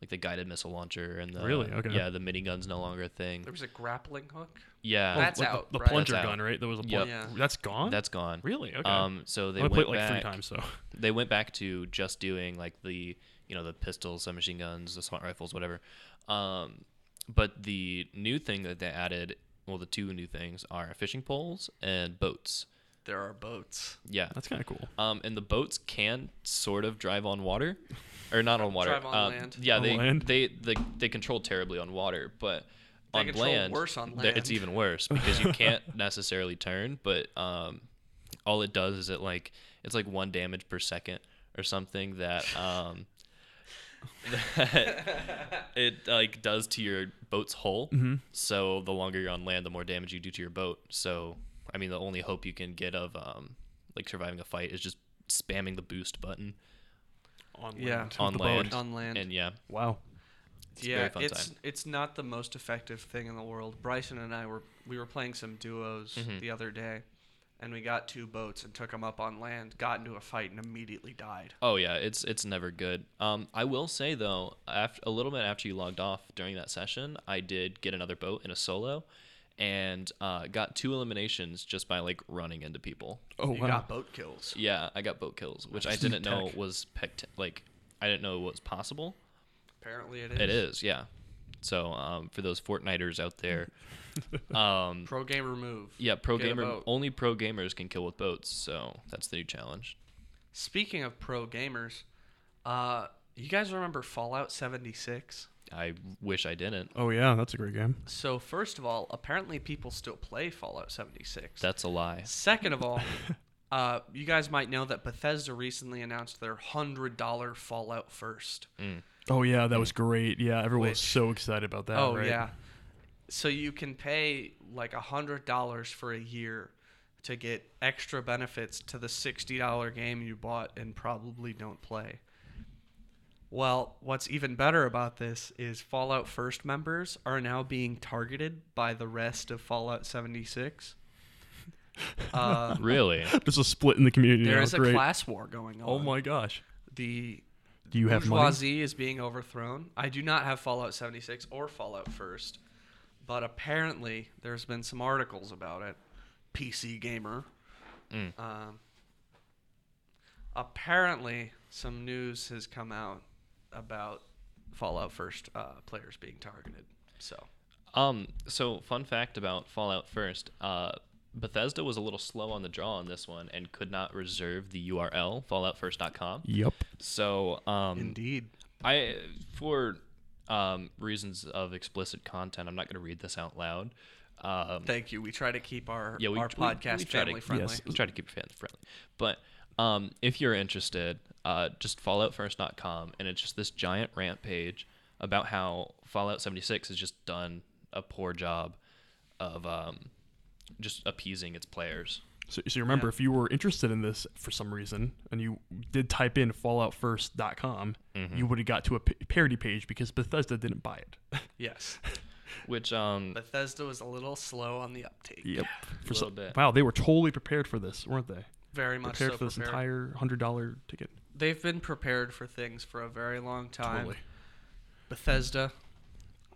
[SPEAKER 4] like the guided missile launcher and the
[SPEAKER 3] Really? Okay.
[SPEAKER 4] yeah. The miniguns no longer a thing.
[SPEAKER 2] there was a grappling hook.
[SPEAKER 4] Yeah,
[SPEAKER 2] That's
[SPEAKER 3] like
[SPEAKER 2] out,
[SPEAKER 3] The, the
[SPEAKER 2] right?
[SPEAKER 3] plunger
[SPEAKER 4] That's out.
[SPEAKER 3] gun, right? That was a
[SPEAKER 4] Yep.
[SPEAKER 3] plunger.
[SPEAKER 2] Yeah.
[SPEAKER 3] That's gone.
[SPEAKER 4] that's gone.
[SPEAKER 3] really okay.
[SPEAKER 4] Um, so they
[SPEAKER 3] I played
[SPEAKER 4] went
[SPEAKER 3] it like
[SPEAKER 4] back,
[SPEAKER 3] three times, so [laughs]
[SPEAKER 4] They went back to just doing like the you know the pistols, submachine guns, assault rifles, whatever. Um, but the new thing that they added, well, the two new things are fishing poles and boats.
[SPEAKER 2] There are boats.
[SPEAKER 4] Yeah.
[SPEAKER 3] that's kind of cool.
[SPEAKER 4] Um, and the boats can sort of drive on water, or not on water.
[SPEAKER 2] Drive on
[SPEAKER 4] um,
[SPEAKER 2] land.
[SPEAKER 4] Yeah,
[SPEAKER 3] On
[SPEAKER 4] they,
[SPEAKER 3] land.
[SPEAKER 4] they they they control terribly on water, but
[SPEAKER 2] They
[SPEAKER 4] on
[SPEAKER 2] control
[SPEAKER 4] land,
[SPEAKER 2] worse on
[SPEAKER 4] th- it's
[SPEAKER 2] land.
[SPEAKER 4] even worse because you can't [laughs] necessarily turn. But um, all it does is it like it's like one damage per second or something that um, [laughs] that it like does to your boat's hull. So the longer you're on land, the more damage you do to your boat. So I mean, the only hope you can get of um, like surviving a fight is just spamming the boost button
[SPEAKER 3] On
[SPEAKER 2] Yeah.
[SPEAKER 3] land. with
[SPEAKER 4] on
[SPEAKER 3] the boat.
[SPEAKER 4] land.
[SPEAKER 2] On land.
[SPEAKER 4] And yeah,
[SPEAKER 3] Wow.
[SPEAKER 4] It's a
[SPEAKER 2] yeah,
[SPEAKER 4] very fun
[SPEAKER 2] it's
[SPEAKER 4] time.
[SPEAKER 2] it's not the most effective thing in the world. Bryson and I were we were playing some duos
[SPEAKER 4] Mm-hmm.
[SPEAKER 2] the other day, and we got two boats and took them up on land, got into a fight, and immediately died.
[SPEAKER 4] Oh yeah, it's it's never good. Um, I will say though, after a little bit after you logged off during that session, I did get another boat in a solo, and uh, got two eliminations just by like running into people.
[SPEAKER 3] Oh
[SPEAKER 2] you
[SPEAKER 3] wow.
[SPEAKER 2] got boat kills.
[SPEAKER 4] Yeah, I got boat kills, which I
[SPEAKER 3] Nice.
[SPEAKER 4] didn't know
[SPEAKER 3] Tech.
[SPEAKER 4] was pect- like I didn't know was possible.
[SPEAKER 2] Apparently, it is.
[SPEAKER 4] It is, yeah. So um, for those Fortniters out there, um,
[SPEAKER 2] Pro gamer move.
[SPEAKER 4] yeah, pro
[SPEAKER 2] Get a
[SPEAKER 4] gamer
[SPEAKER 2] boat.
[SPEAKER 4] only pro gamers can kill with boats, so that's the new challenge.
[SPEAKER 2] Speaking of pro gamers, uh, you guys remember Fallout 76?
[SPEAKER 4] I wish I didn't.
[SPEAKER 3] Oh yeah, that's a great game.
[SPEAKER 2] So first of all, apparently people still play Fallout 76.
[SPEAKER 4] That's a lie.
[SPEAKER 2] Second of all, uh, you guys might know that Bethesda recently announced their hundred dollar Fallout First.
[SPEAKER 3] Oh yeah, that was great. Yeah, everyone
[SPEAKER 2] Which-
[SPEAKER 3] was so excited about that.
[SPEAKER 2] oh
[SPEAKER 3] right?
[SPEAKER 2] yeah, so you can pay like hundred dollars for a year to get extra benefits to the sixty dollar game you bought and probably don't play. Well, what's even better about this is Fallout First members are now being targeted by the rest of Fallout 76. Uh,
[SPEAKER 4] Really?
[SPEAKER 3] There's a split in the community.
[SPEAKER 2] There
[SPEAKER 3] now.
[SPEAKER 2] is a
[SPEAKER 3] Great.
[SPEAKER 2] class war going on.
[SPEAKER 3] Oh my gosh.
[SPEAKER 2] The
[SPEAKER 3] Do you have money?
[SPEAKER 2] bourgeoisie is being overthrown. I do not have Fallout 76 or Fallout First, but apparently there's been some articles about it. PC Gamer.
[SPEAKER 4] Mm.
[SPEAKER 2] Um, apparently, some news has come out about Fallout First uh, players being targeted. So
[SPEAKER 4] Um, so fun fact about Fallout First, uh, Bethesda was a little slow on the draw on this one and could not reserve the URL falloutfirst.com.
[SPEAKER 3] Yep.
[SPEAKER 4] So um,
[SPEAKER 2] indeed,
[SPEAKER 4] I for um, reasons of explicit content, I'm not going to read this out loud. Um,
[SPEAKER 2] thank you. We try to keep our
[SPEAKER 4] yeah, we,
[SPEAKER 2] our
[SPEAKER 4] we-
[SPEAKER 2] podcast
[SPEAKER 4] we try
[SPEAKER 2] family
[SPEAKER 4] to,
[SPEAKER 2] friendly.
[SPEAKER 3] Yes.
[SPEAKER 4] we try to keep it fans friendly. But um, if you're interested, uh, just falloutfirst.com, and it's just this giant rant page about how Fallout 76 has just done a poor job of um, just appeasing its players.
[SPEAKER 3] So, so you remember, if you were interested in this for some reason and you did type in falloutfirst.com,
[SPEAKER 2] Mm-hmm.
[SPEAKER 3] you would have got to a p- parody page because Bethesda didn't buy it. [laughs]
[SPEAKER 2] [laughs] Yes,
[SPEAKER 4] Which um,
[SPEAKER 2] Bethesda was a little slow on the uptake.
[SPEAKER 3] yep. For
[SPEAKER 4] little
[SPEAKER 3] some-
[SPEAKER 4] bit.
[SPEAKER 3] Wow, they were totally prepared for this, weren't they?
[SPEAKER 2] Very much
[SPEAKER 3] prepared
[SPEAKER 2] so
[SPEAKER 3] for this
[SPEAKER 2] prepared.
[SPEAKER 3] entire hundred dollar ticket.
[SPEAKER 2] they've been prepared for things for a very long time.
[SPEAKER 3] Totally.
[SPEAKER 2] Bethesda,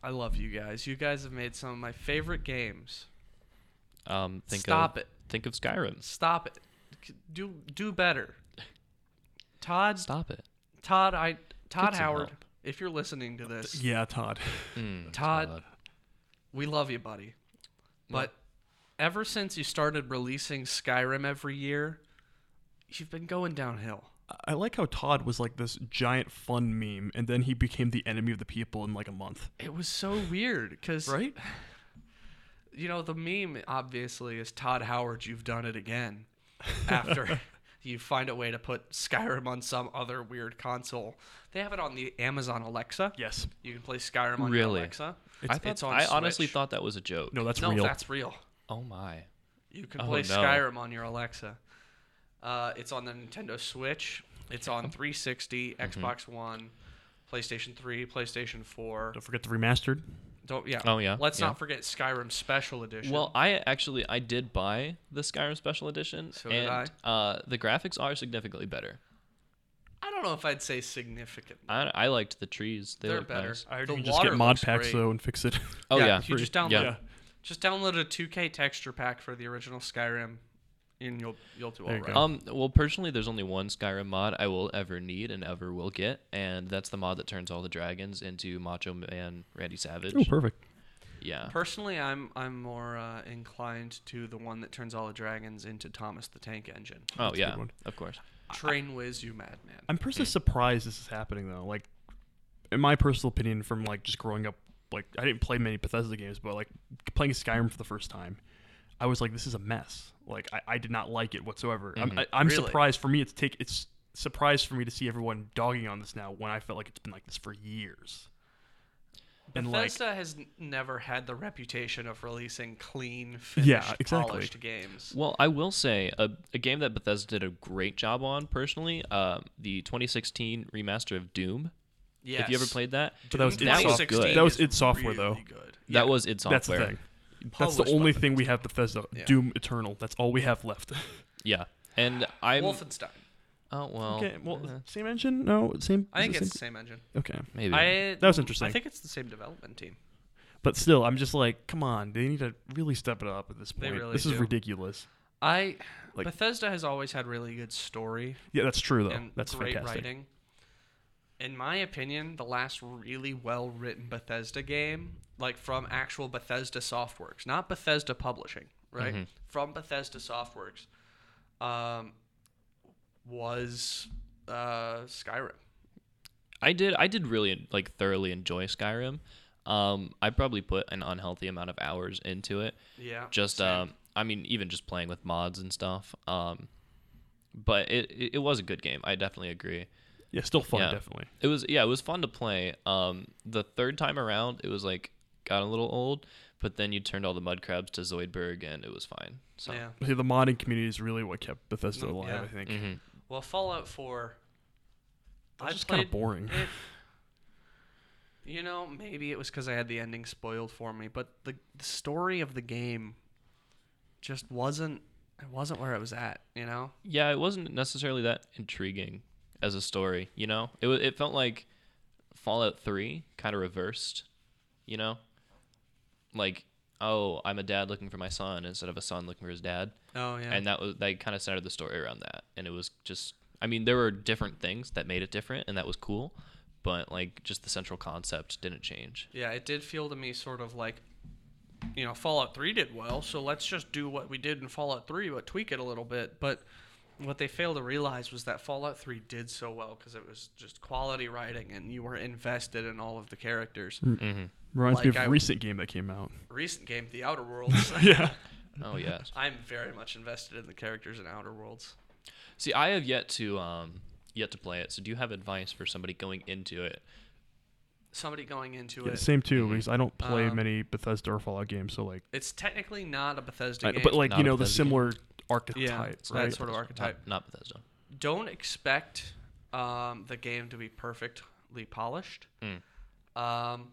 [SPEAKER 2] I love you guys. You guys have made some of my favorite games.
[SPEAKER 4] um, think
[SPEAKER 2] Stop
[SPEAKER 4] of,
[SPEAKER 2] it.
[SPEAKER 4] Think of Skyrim.
[SPEAKER 2] Stop it. C- Do do better. Todd,
[SPEAKER 4] Stop it.
[SPEAKER 2] Todd, I Todd
[SPEAKER 4] some
[SPEAKER 2] Howard,
[SPEAKER 4] help.
[SPEAKER 2] if you're listening to this,
[SPEAKER 3] Yeah, Todd. [laughs]
[SPEAKER 4] Mm,
[SPEAKER 2] Todd,
[SPEAKER 4] Todd.
[SPEAKER 2] we love you, buddy. But ever since you started releasing Skyrim every year, you've been going downhill.
[SPEAKER 3] I like how Todd was like this giant fun meme, and then he became the enemy of the people in like a month.
[SPEAKER 2] It was so weird because, [laughs]
[SPEAKER 3] Right?
[SPEAKER 2] you know, the meme obviously is Todd Howard, you've done it again.
[SPEAKER 4] [laughs]
[SPEAKER 2] After you find a way to put Skyrim on some other weird console, they have it on the Amazon Alexa.
[SPEAKER 3] Yes.
[SPEAKER 2] You can play Skyrim on your
[SPEAKER 4] Really?
[SPEAKER 2] Alexa.
[SPEAKER 4] I, thought,
[SPEAKER 2] it's on
[SPEAKER 4] I honestly
[SPEAKER 2] Switch.
[SPEAKER 4] thought that was a joke.
[SPEAKER 3] No, that's
[SPEAKER 2] no,
[SPEAKER 3] real.
[SPEAKER 2] that's real.
[SPEAKER 4] Oh my.
[SPEAKER 2] You can
[SPEAKER 4] Oh,
[SPEAKER 2] play
[SPEAKER 4] no.
[SPEAKER 2] Skyrim on your Alexa. Uh, it's on the Nintendo Switch. It's
[SPEAKER 4] Oh.
[SPEAKER 2] on 360,
[SPEAKER 4] Mm-hmm.
[SPEAKER 2] Xbox One, PlayStation 3, PlayStation 4.
[SPEAKER 3] Don't forget the remastered.
[SPEAKER 2] Don't yeah.
[SPEAKER 4] Oh, yeah,
[SPEAKER 2] Let's
[SPEAKER 4] yeah.
[SPEAKER 2] not forget Skyrim Special Edition.
[SPEAKER 4] Well, I actually I did buy the Skyrim Special Edition,
[SPEAKER 2] So did
[SPEAKER 4] and Uh, the graphics are significantly better.
[SPEAKER 2] I don't know if I'd say significant.
[SPEAKER 4] I, I liked the trees; they
[SPEAKER 2] They're
[SPEAKER 4] look
[SPEAKER 2] better.
[SPEAKER 4] nice.
[SPEAKER 3] I heard
[SPEAKER 2] The
[SPEAKER 3] you can just get
[SPEAKER 2] water
[SPEAKER 3] mod
[SPEAKER 2] looks
[SPEAKER 3] packs
[SPEAKER 2] great.
[SPEAKER 3] though and fix it. [laughs]
[SPEAKER 4] Oh yeah,
[SPEAKER 2] you just download
[SPEAKER 4] yeah.
[SPEAKER 2] just download a 2K texture pack for the original Skyrim, and you'll you'll do all
[SPEAKER 3] There you
[SPEAKER 2] right.
[SPEAKER 3] go.
[SPEAKER 4] Um, well, personally, there's only one Skyrim mod I will ever need and ever will get, and that's the mod that turns all the dragons into Macho Man Randy Savage.
[SPEAKER 3] Oh, perfect.
[SPEAKER 4] yeah,
[SPEAKER 2] Personally, I'm I'm more uh, inclined to the one that turns all the dragons into Thomas the Tank Engine.
[SPEAKER 4] oh
[SPEAKER 3] a
[SPEAKER 4] yeah,
[SPEAKER 3] good one.
[SPEAKER 4] of course.
[SPEAKER 2] Train whiz, you madman.
[SPEAKER 3] I'm personally surprised this is happening though. Like, in my personal opinion, from like just growing up, like I didn't play many Bethesda games, but like playing Skyrim for the first time, I was like, this is a mess. Like, I, I did not like it whatsoever. I'm, I, I'm
[SPEAKER 2] Mm-hmm. Really?
[SPEAKER 3] surprised for me. It's take it's surprised for me to see everyone dogging on this now when I felt like it's been like this for years. And like,
[SPEAKER 2] Bethesda has n- never had the reputation of releasing clean, finished,
[SPEAKER 3] Yeah, exactly.
[SPEAKER 2] polished games.
[SPEAKER 4] Well, I will say a, a game that Bethesda did a great job on personally, um, the 2016 remaster of Doom.
[SPEAKER 2] Yes.
[SPEAKER 4] If you ever played that,
[SPEAKER 3] But that was
[SPEAKER 4] that was
[SPEAKER 2] 2016
[SPEAKER 4] good.
[SPEAKER 3] That was
[SPEAKER 2] is
[SPEAKER 3] id Software, though.
[SPEAKER 2] really Good.
[SPEAKER 4] that was id Software.
[SPEAKER 3] that's the thing. That's the
[SPEAKER 2] Published by
[SPEAKER 3] only thing we have Bethesda.
[SPEAKER 2] Yeah.
[SPEAKER 3] Doom Eternal. That's all we have left. [laughs]
[SPEAKER 4] Yeah, and I'm.
[SPEAKER 2] Wolfenstein.
[SPEAKER 4] oh well.
[SPEAKER 3] okay. Well,
[SPEAKER 4] eh,
[SPEAKER 3] same engine? No, same.
[SPEAKER 2] uh-huh. I
[SPEAKER 3] is
[SPEAKER 2] think
[SPEAKER 3] it
[SPEAKER 2] it's the
[SPEAKER 3] same-
[SPEAKER 2] same engine.
[SPEAKER 3] Okay.
[SPEAKER 4] maybe.
[SPEAKER 2] I,
[SPEAKER 3] That was interesting.
[SPEAKER 2] I think it's the same development team.
[SPEAKER 3] But still, I'm just like, come on, they need to really step it up at this
[SPEAKER 2] They
[SPEAKER 3] point.
[SPEAKER 2] really
[SPEAKER 3] this is
[SPEAKER 2] do.
[SPEAKER 3] ridiculous.
[SPEAKER 2] I
[SPEAKER 3] Like-
[SPEAKER 2] Bethesda has always had really good story
[SPEAKER 3] Yeah, that's true though.
[SPEAKER 2] and
[SPEAKER 3] that's
[SPEAKER 2] great
[SPEAKER 3] fantastic.
[SPEAKER 2] writing. In my opinion, the last really well written Bethesda game, like from actual Bethesda Softworks, not Bethesda Publishing, right? From Bethesda Softworks, um, was uh, Skyrim.
[SPEAKER 4] I did. I did really like thoroughly enjoy Skyrim. Um, I probably put an unhealthy amount of hours into it.
[SPEAKER 2] Yeah.
[SPEAKER 4] Just,
[SPEAKER 2] same.
[SPEAKER 4] um, I mean, even just playing with mods and stuff. Um, but it it it was a good game. I definitely agree.
[SPEAKER 3] Yeah, still fun,
[SPEAKER 4] Yeah.
[SPEAKER 3] definitely.
[SPEAKER 4] It was yeah, it was fun to play. Um, the third time around, it was like got a little old, but then you turned all the mud crabs to Zoidberg, and it was fine. So
[SPEAKER 2] yeah.
[SPEAKER 3] See, the modding community is really what kept Bethesda
[SPEAKER 2] No, Mm,
[SPEAKER 3] alive.
[SPEAKER 2] yeah. Mm-hmm.
[SPEAKER 3] I think
[SPEAKER 2] Well, Fallout 4.
[SPEAKER 3] That's just kinda boring.
[SPEAKER 2] it- you know, maybe it was because I had the ending spoiled for me, but the, the story of the game just wasn't. It wasn't where it was at. You know.
[SPEAKER 4] yeah, it wasn't necessarily that intriguing as a story. You know, it wa- it felt like Fallout Three kind of reversed. You know, like oh, I'm a dad looking for my son instead of a son looking for his dad,
[SPEAKER 2] Oh yeah.
[SPEAKER 4] and that was they kind of centered the story around that, and it was just. I mean, there were different things that made it different, and that was cool, but like just the central concept didn't change.
[SPEAKER 2] yeah, it did feel to me sort of like, you know, Fallout Three did well, so let's just do what we did in Fallout Three, but tweak it a little bit. But what they failed to realize was that Fallout Three did so well because it was just quality writing, and you were invested in all of the characters.
[SPEAKER 4] Mm.
[SPEAKER 3] Reminds
[SPEAKER 2] Like
[SPEAKER 3] me of a
[SPEAKER 2] I-
[SPEAKER 3] recent game that came out.
[SPEAKER 2] Recent game, The Outer
[SPEAKER 4] [laughs]
[SPEAKER 2] Worlds.
[SPEAKER 3] yeah.
[SPEAKER 4] Oh yes.
[SPEAKER 2] I'm very much invested in the characters in Outer Worlds.
[SPEAKER 4] See, I have yet to um yet to play it. So do you have advice for somebody going into it?
[SPEAKER 2] Somebody going into
[SPEAKER 3] yeah.
[SPEAKER 2] it.
[SPEAKER 3] Same too, because I don't play
[SPEAKER 2] Mm-hmm. Um,
[SPEAKER 3] many Bethesda or Fallout games, so like,
[SPEAKER 2] It's technically not a Bethesda
[SPEAKER 3] I-
[SPEAKER 2] game.
[SPEAKER 3] but like
[SPEAKER 4] not
[SPEAKER 3] you
[SPEAKER 4] a
[SPEAKER 3] know the
[SPEAKER 4] Bethesda game.
[SPEAKER 3] similar archetype,
[SPEAKER 2] yeah,
[SPEAKER 3] right?
[SPEAKER 2] it's that sort of archetype.
[SPEAKER 4] Not, not Bethesda.
[SPEAKER 2] Don't expect um, the game to be perfectly polished.
[SPEAKER 4] Mm.
[SPEAKER 2] Um,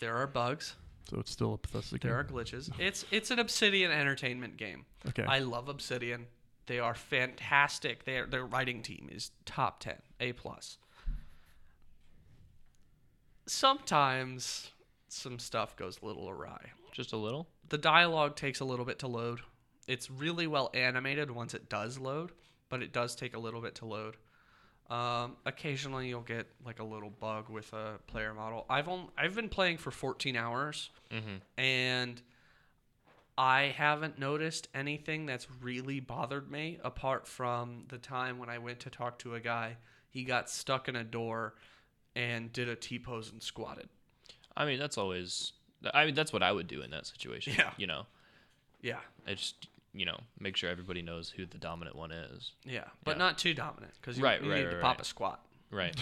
[SPEAKER 2] there are bugs.
[SPEAKER 3] So it's still a Bethesda game.
[SPEAKER 2] There are glitches. It's it's an Obsidian Entertainment game.
[SPEAKER 3] okay.
[SPEAKER 2] I love Obsidian. They are fantastic. Their their writing team is top ten, A plus. Sometimes some stuff goes a little awry.
[SPEAKER 4] Just a little.
[SPEAKER 2] The dialogue takes a little bit to load. It's really well animated once it does load, but it does take a little bit to load. Um, occasionally, you'll get like a little bug with a player model. I've only, I've been playing for 14 hours, and I haven't noticed anything that's really bothered me apart from the time when I went to talk to a guy. He got stuck in a door and did a T pose and squatted.
[SPEAKER 4] I mean, that's always. I mean, that's what I would do in that situation.
[SPEAKER 2] Yeah.
[SPEAKER 4] You know,
[SPEAKER 2] Yeah,
[SPEAKER 4] I just you know make sure everybody knows who the dominant one is.
[SPEAKER 2] yeah, but
[SPEAKER 4] Yeah.
[SPEAKER 2] not too dominant because you,
[SPEAKER 4] Right,
[SPEAKER 2] you
[SPEAKER 4] right,
[SPEAKER 2] need
[SPEAKER 4] right,
[SPEAKER 2] to
[SPEAKER 4] right.
[SPEAKER 2] pop a squat. [laughs]
[SPEAKER 4] Right.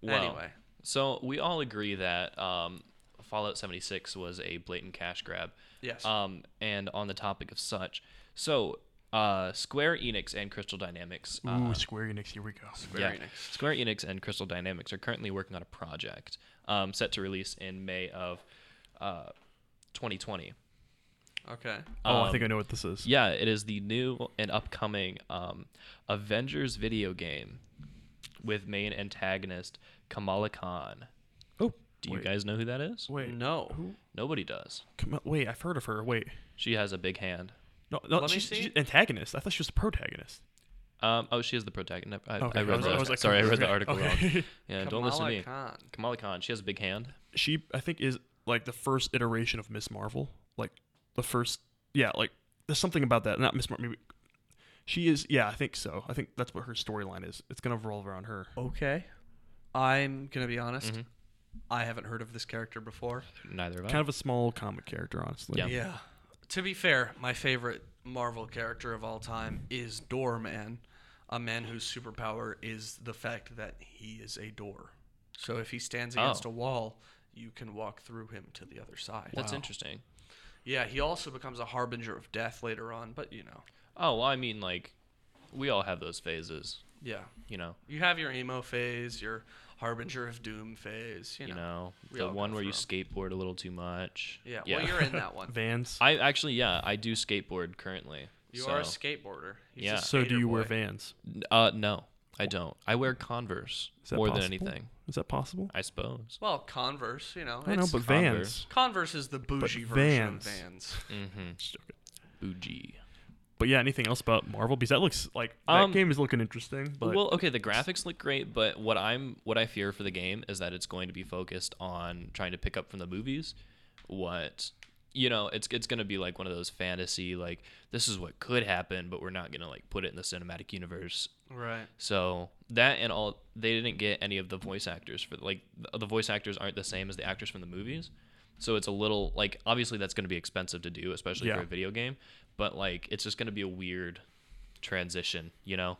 [SPEAKER 4] well,
[SPEAKER 2] Anyway.
[SPEAKER 4] so we all agree that um, Fallout 76 was a blatant cash grab.
[SPEAKER 2] Yes.
[SPEAKER 4] Um, and on the topic of such, so uh, Square Enix and Crystal Dynamics.
[SPEAKER 3] Ooh,
[SPEAKER 4] uh,
[SPEAKER 3] Square Enix, here we go.
[SPEAKER 2] Square
[SPEAKER 4] yeah.
[SPEAKER 2] Enix.
[SPEAKER 4] Square Enix and Crystal Dynamics are currently working on a project um, set to release in May of uh, 2020.
[SPEAKER 2] Okay.
[SPEAKER 3] Oh, I think I know what this is.
[SPEAKER 4] Yeah, it is the new and upcoming um, Avengers video game with main antagonist Kamala Khan.
[SPEAKER 3] Oh,
[SPEAKER 4] Do you
[SPEAKER 3] wait,
[SPEAKER 4] guys know who that is?
[SPEAKER 3] Wait,
[SPEAKER 2] No.
[SPEAKER 4] Nobody does.
[SPEAKER 3] come on, wait, I've heard of her. Wait,
[SPEAKER 4] She has a big hand.
[SPEAKER 3] no, no,
[SPEAKER 2] Let me
[SPEAKER 3] she's,
[SPEAKER 2] see.
[SPEAKER 3] she's antagonist. I thought she was the protagonist.
[SPEAKER 4] Um, oh, she is the protagonist. I,
[SPEAKER 3] Okay,
[SPEAKER 4] I
[SPEAKER 3] I
[SPEAKER 4] read
[SPEAKER 3] was-
[SPEAKER 4] the,
[SPEAKER 3] I was like,
[SPEAKER 4] sorry, I read the
[SPEAKER 3] okay,
[SPEAKER 4] article
[SPEAKER 3] okay. [laughs]
[SPEAKER 4] wrong. Yeah, don't listen to
[SPEAKER 2] Kamala
[SPEAKER 4] me.
[SPEAKER 2] Khan.
[SPEAKER 4] Kamala Khan. She has a big hand.
[SPEAKER 3] She, I think, is like the first iteration of Miss Marvel. Like the first, yeah, like there's something about that. Not Miss Marvel. Maybe she is. Yeah, I think so. I think that's what her storyline is. It's gonna revolve around her.
[SPEAKER 2] Okay. I'm going to be honest.
[SPEAKER 4] Mm-hmm.
[SPEAKER 2] I haven't heard of this character before.
[SPEAKER 4] Neither of us.
[SPEAKER 3] Kind of a small comic character, honestly.
[SPEAKER 4] Yeah.
[SPEAKER 2] Yeah. To be fair, my favorite Marvel character of all time is Doorman, a man whose superpower is the fact that he is a door. So if he stands against
[SPEAKER 4] Oh.
[SPEAKER 2] a wall, you can walk through him to the other side.
[SPEAKER 4] That's
[SPEAKER 3] Wow.
[SPEAKER 4] interesting.
[SPEAKER 2] Yeah, he also becomes a harbinger of death later on, but you know.
[SPEAKER 4] Oh, well, I mean, like, we all have those phases,
[SPEAKER 2] Yeah.
[SPEAKER 4] you know.
[SPEAKER 2] You have your emo phase, your harbinger of doom phase, you
[SPEAKER 4] You
[SPEAKER 2] know.
[SPEAKER 4] know,
[SPEAKER 2] we
[SPEAKER 4] the
[SPEAKER 2] all go
[SPEAKER 4] one where you
[SPEAKER 2] through
[SPEAKER 4] skateboard a little too much.
[SPEAKER 2] Yeah, well, you're in that
[SPEAKER 4] [laughs]
[SPEAKER 2] one.
[SPEAKER 3] Vans.
[SPEAKER 4] I actually, yeah, I do skateboard currently.
[SPEAKER 2] You
[SPEAKER 4] so.
[SPEAKER 2] are a skateboarder. He's a
[SPEAKER 4] Yeah.
[SPEAKER 3] so do
[SPEAKER 2] skater
[SPEAKER 3] you wear
[SPEAKER 2] boy.
[SPEAKER 3] Vans?
[SPEAKER 4] N- Uh, no, I don't. I wear Converse
[SPEAKER 3] Is that
[SPEAKER 4] more than
[SPEAKER 3] possible?
[SPEAKER 4] anything,
[SPEAKER 3] Is that possible?
[SPEAKER 4] I suppose.
[SPEAKER 2] Well, Converse, you know.
[SPEAKER 3] I don't know,
[SPEAKER 2] it's-
[SPEAKER 3] but
[SPEAKER 4] Converse.
[SPEAKER 3] Vans.
[SPEAKER 2] Converse is the bougie version of
[SPEAKER 3] Vans.
[SPEAKER 2] Vans.
[SPEAKER 4] Mm-hmm.
[SPEAKER 3] Just joking.
[SPEAKER 4] Bougie.
[SPEAKER 3] But yeah, anything else about Marvel? Because that looks like that
[SPEAKER 4] Um,
[SPEAKER 3] game is looking interesting. But
[SPEAKER 4] well, okay, the graphics look great, but what I'm what I fear for the game is that it's going to be focused on trying to pick up from the movies what you know, it's it's going to be like one of those fantasy like this is what could happen, but we're not going to like put it in the cinematic universe.
[SPEAKER 2] Right.
[SPEAKER 4] So, that and all they didn't get any of the voice actors for like the- the voice actors aren't the same as the actors from the movies. So it's a little like obviously that's going to be expensive to do, especially for
[SPEAKER 3] Yeah.
[SPEAKER 4] a video game, but like it's just going to be a weird transition, you know.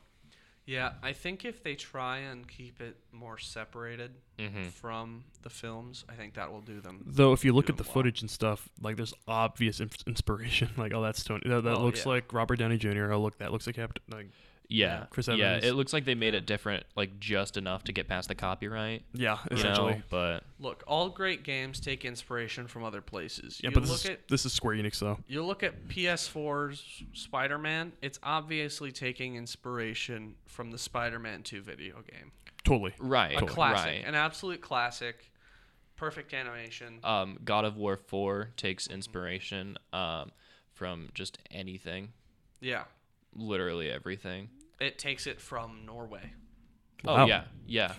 [SPEAKER 2] Yeah, I think if they try and keep it more separated
[SPEAKER 4] Mm-hmm.
[SPEAKER 2] from the films, I think that will do them.
[SPEAKER 3] though, if you look
[SPEAKER 2] Doing
[SPEAKER 3] at the
[SPEAKER 2] well.
[SPEAKER 3] footage and stuff, like there's obvious inf- inspiration. [laughs] Like, oh, that's Tony. That, that
[SPEAKER 2] Oh,
[SPEAKER 3] looks
[SPEAKER 2] yeah.
[SPEAKER 3] like Robert Downey Jr. Oh, look, that looks like Captain. Like,
[SPEAKER 4] Yeah,
[SPEAKER 3] Yeah, Chris Evans.
[SPEAKER 4] Yeah, it looks like they made it different, like just enough to get past the copyright.
[SPEAKER 3] yeah,
[SPEAKER 4] You know,
[SPEAKER 3] essentially.
[SPEAKER 4] but
[SPEAKER 2] Look, all great games take inspiration from other places.
[SPEAKER 3] Yeah,
[SPEAKER 2] you
[SPEAKER 3] but this
[SPEAKER 2] look
[SPEAKER 3] is,
[SPEAKER 2] at
[SPEAKER 3] this is Square Enix though.
[SPEAKER 2] you look at PS4's Spider-Man, it's obviously taking inspiration from the Spider-Man 2 video game.
[SPEAKER 3] Totally.
[SPEAKER 4] right,
[SPEAKER 2] A classic,
[SPEAKER 4] right.
[SPEAKER 2] an absolute classic. Perfect animation.
[SPEAKER 4] um, God of War Four takes inspiration um, from just anything,
[SPEAKER 2] yeah.
[SPEAKER 4] literally everything.
[SPEAKER 2] It takes it from Norway.
[SPEAKER 4] Oh
[SPEAKER 3] Wow.
[SPEAKER 4] yeah, yeah.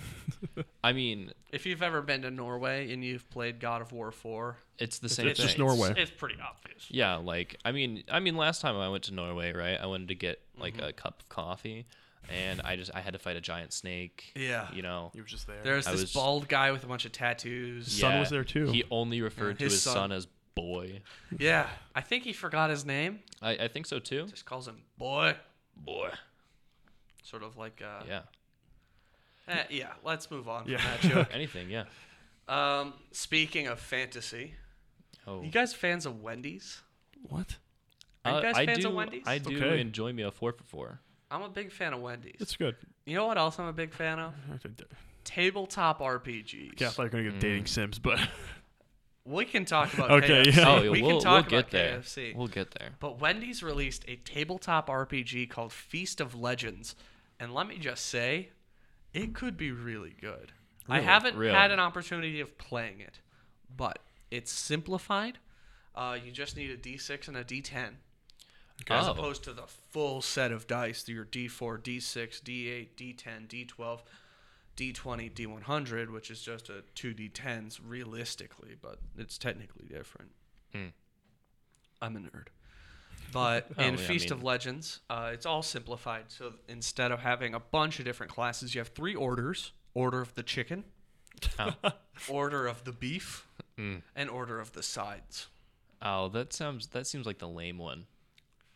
[SPEAKER 4] I mean,
[SPEAKER 2] If you've ever been to Norway and you've played God of War 4,
[SPEAKER 4] it's the same
[SPEAKER 3] it's
[SPEAKER 4] thing.
[SPEAKER 3] just Norway.
[SPEAKER 2] It's pretty obvious.
[SPEAKER 4] Yeah, like I mean, I mean, last time I went to Norway, right? I wanted to get like
[SPEAKER 3] Mm-hmm.
[SPEAKER 4] a cup of coffee, and I just I had to fight a giant snake.
[SPEAKER 2] Yeah.
[SPEAKER 4] You know,
[SPEAKER 3] He was just there.
[SPEAKER 2] There's
[SPEAKER 4] I
[SPEAKER 2] this
[SPEAKER 4] was-
[SPEAKER 2] bald guy with a bunch of tattoos.
[SPEAKER 3] Yeah. son was there, too.
[SPEAKER 4] He only referred to
[SPEAKER 2] his
[SPEAKER 4] his
[SPEAKER 2] son.
[SPEAKER 4] son as boy.
[SPEAKER 2] Yeah. I think he forgot his name.
[SPEAKER 4] I, I think so too.
[SPEAKER 2] Just calls him boy.
[SPEAKER 4] Boy.
[SPEAKER 2] Sort of like, uh,
[SPEAKER 4] Yeah.
[SPEAKER 2] eh, yeah. Let's move on
[SPEAKER 3] Yeah.
[SPEAKER 2] from
[SPEAKER 4] [laughs]
[SPEAKER 2] that
[SPEAKER 4] Anything, yeah.
[SPEAKER 2] joke. um, speaking of fantasy,
[SPEAKER 4] Oh,
[SPEAKER 2] you guys fans of Wendy's?
[SPEAKER 3] what?
[SPEAKER 2] Are you
[SPEAKER 4] Uh,
[SPEAKER 2] guys
[SPEAKER 4] I
[SPEAKER 2] fans
[SPEAKER 4] do,
[SPEAKER 2] of Wendy's?
[SPEAKER 4] I do
[SPEAKER 3] Okay.
[SPEAKER 4] enjoy me a four
[SPEAKER 3] [laughs]
[SPEAKER 4] for four.
[SPEAKER 2] I'm a big fan of Wendy's.
[SPEAKER 3] It's good.
[SPEAKER 2] You know what else I'm a big fan of?
[SPEAKER 3] Okay, d-
[SPEAKER 2] Tabletop RPGs.
[SPEAKER 3] Yeah, I thought you were gonna get
[SPEAKER 2] Hmm.
[SPEAKER 3] dating sims, but [laughs]
[SPEAKER 2] We can talk about
[SPEAKER 3] Okay,
[SPEAKER 2] KFC.
[SPEAKER 3] yeah.
[SPEAKER 4] Oh, yeah,
[SPEAKER 2] we
[SPEAKER 4] we'll,
[SPEAKER 2] can talk
[SPEAKER 4] we'll
[SPEAKER 2] about
[SPEAKER 4] get there.
[SPEAKER 2] KFC.
[SPEAKER 4] We'll get there.
[SPEAKER 2] But Wendy's released a tabletop RPG called Feast of Legends, and let me just say, it could be really good. I haven't
[SPEAKER 4] Really?
[SPEAKER 2] had an opportunity of playing it, but it's simplified. Uh, you just need a D6 and a D10. as
[SPEAKER 4] Oh.
[SPEAKER 2] opposed to the full set of dice, your D4, D6, D8, D10, D12, D20, D100, which is just a 2D10s realistically, but it's technically different.
[SPEAKER 4] Hmm.
[SPEAKER 2] I'm a nerd. But
[SPEAKER 4] [laughs] Oh,
[SPEAKER 2] in
[SPEAKER 4] yeah, I
[SPEAKER 2] Feast
[SPEAKER 4] mean-
[SPEAKER 2] of Legends, uh, it's all simplified. So instead of having a bunch of different classes, you have three orders Order of the Chicken,
[SPEAKER 4] Oh.
[SPEAKER 2] [laughs] Order of the Beef,
[SPEAKER 4] Mm.
[SPEAKER 2] and Order of the Sides.
[SPEAKER 4] Oh, that sounds that seems like the lame one.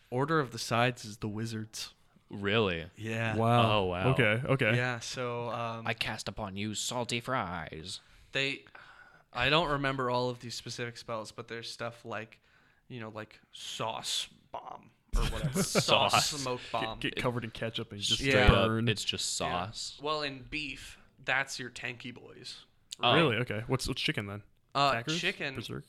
[SPEAKER 2] Order of the Sides is the Wizards.
[SPEAKER 4] Really?
[SPEAKER 2] Yeah.
[SPEAKER 3] Wow.
[SPEAKER 4] Oh, wow.
[SPEAKER 3] Okay. Okay.
[SPEAKER 2] Yeah, so um,
[SPEAKER 4] I cast upon you salty fries.
[SPEAKER 2] they, I don't remember all of these specific spells, but there's stuff like, you know, like sauce bomb or whatever,
[SPEAKER 3] [laughs]
[SPEAKER 2] sauce
[SPEAKER 4] Sauce.
[SPEAKER 2] smoke bomb.
[SPEAKER 3] Get, get covered in ketchup and just
[SPEAKER 2] Yeah.
[SPEAKER 4] Straight up,
[SPEAKER 3] burn.
[SPEAKER 4] it's just
[SPEAKER 2] Yeah.
[SPEAKER 4] sauce.
[SPEAKER 2] Well, in beef, that's your tanky boys.
[SPEAKER 4] Oh,
[SPEAKER 3] really okay. What's what's chicken then?
[SPEAKER 2] Uh,
[SPEAKER 3] Attackers?
[SPEAKER 2] chicken,
[SPEAKER 3] Berserk.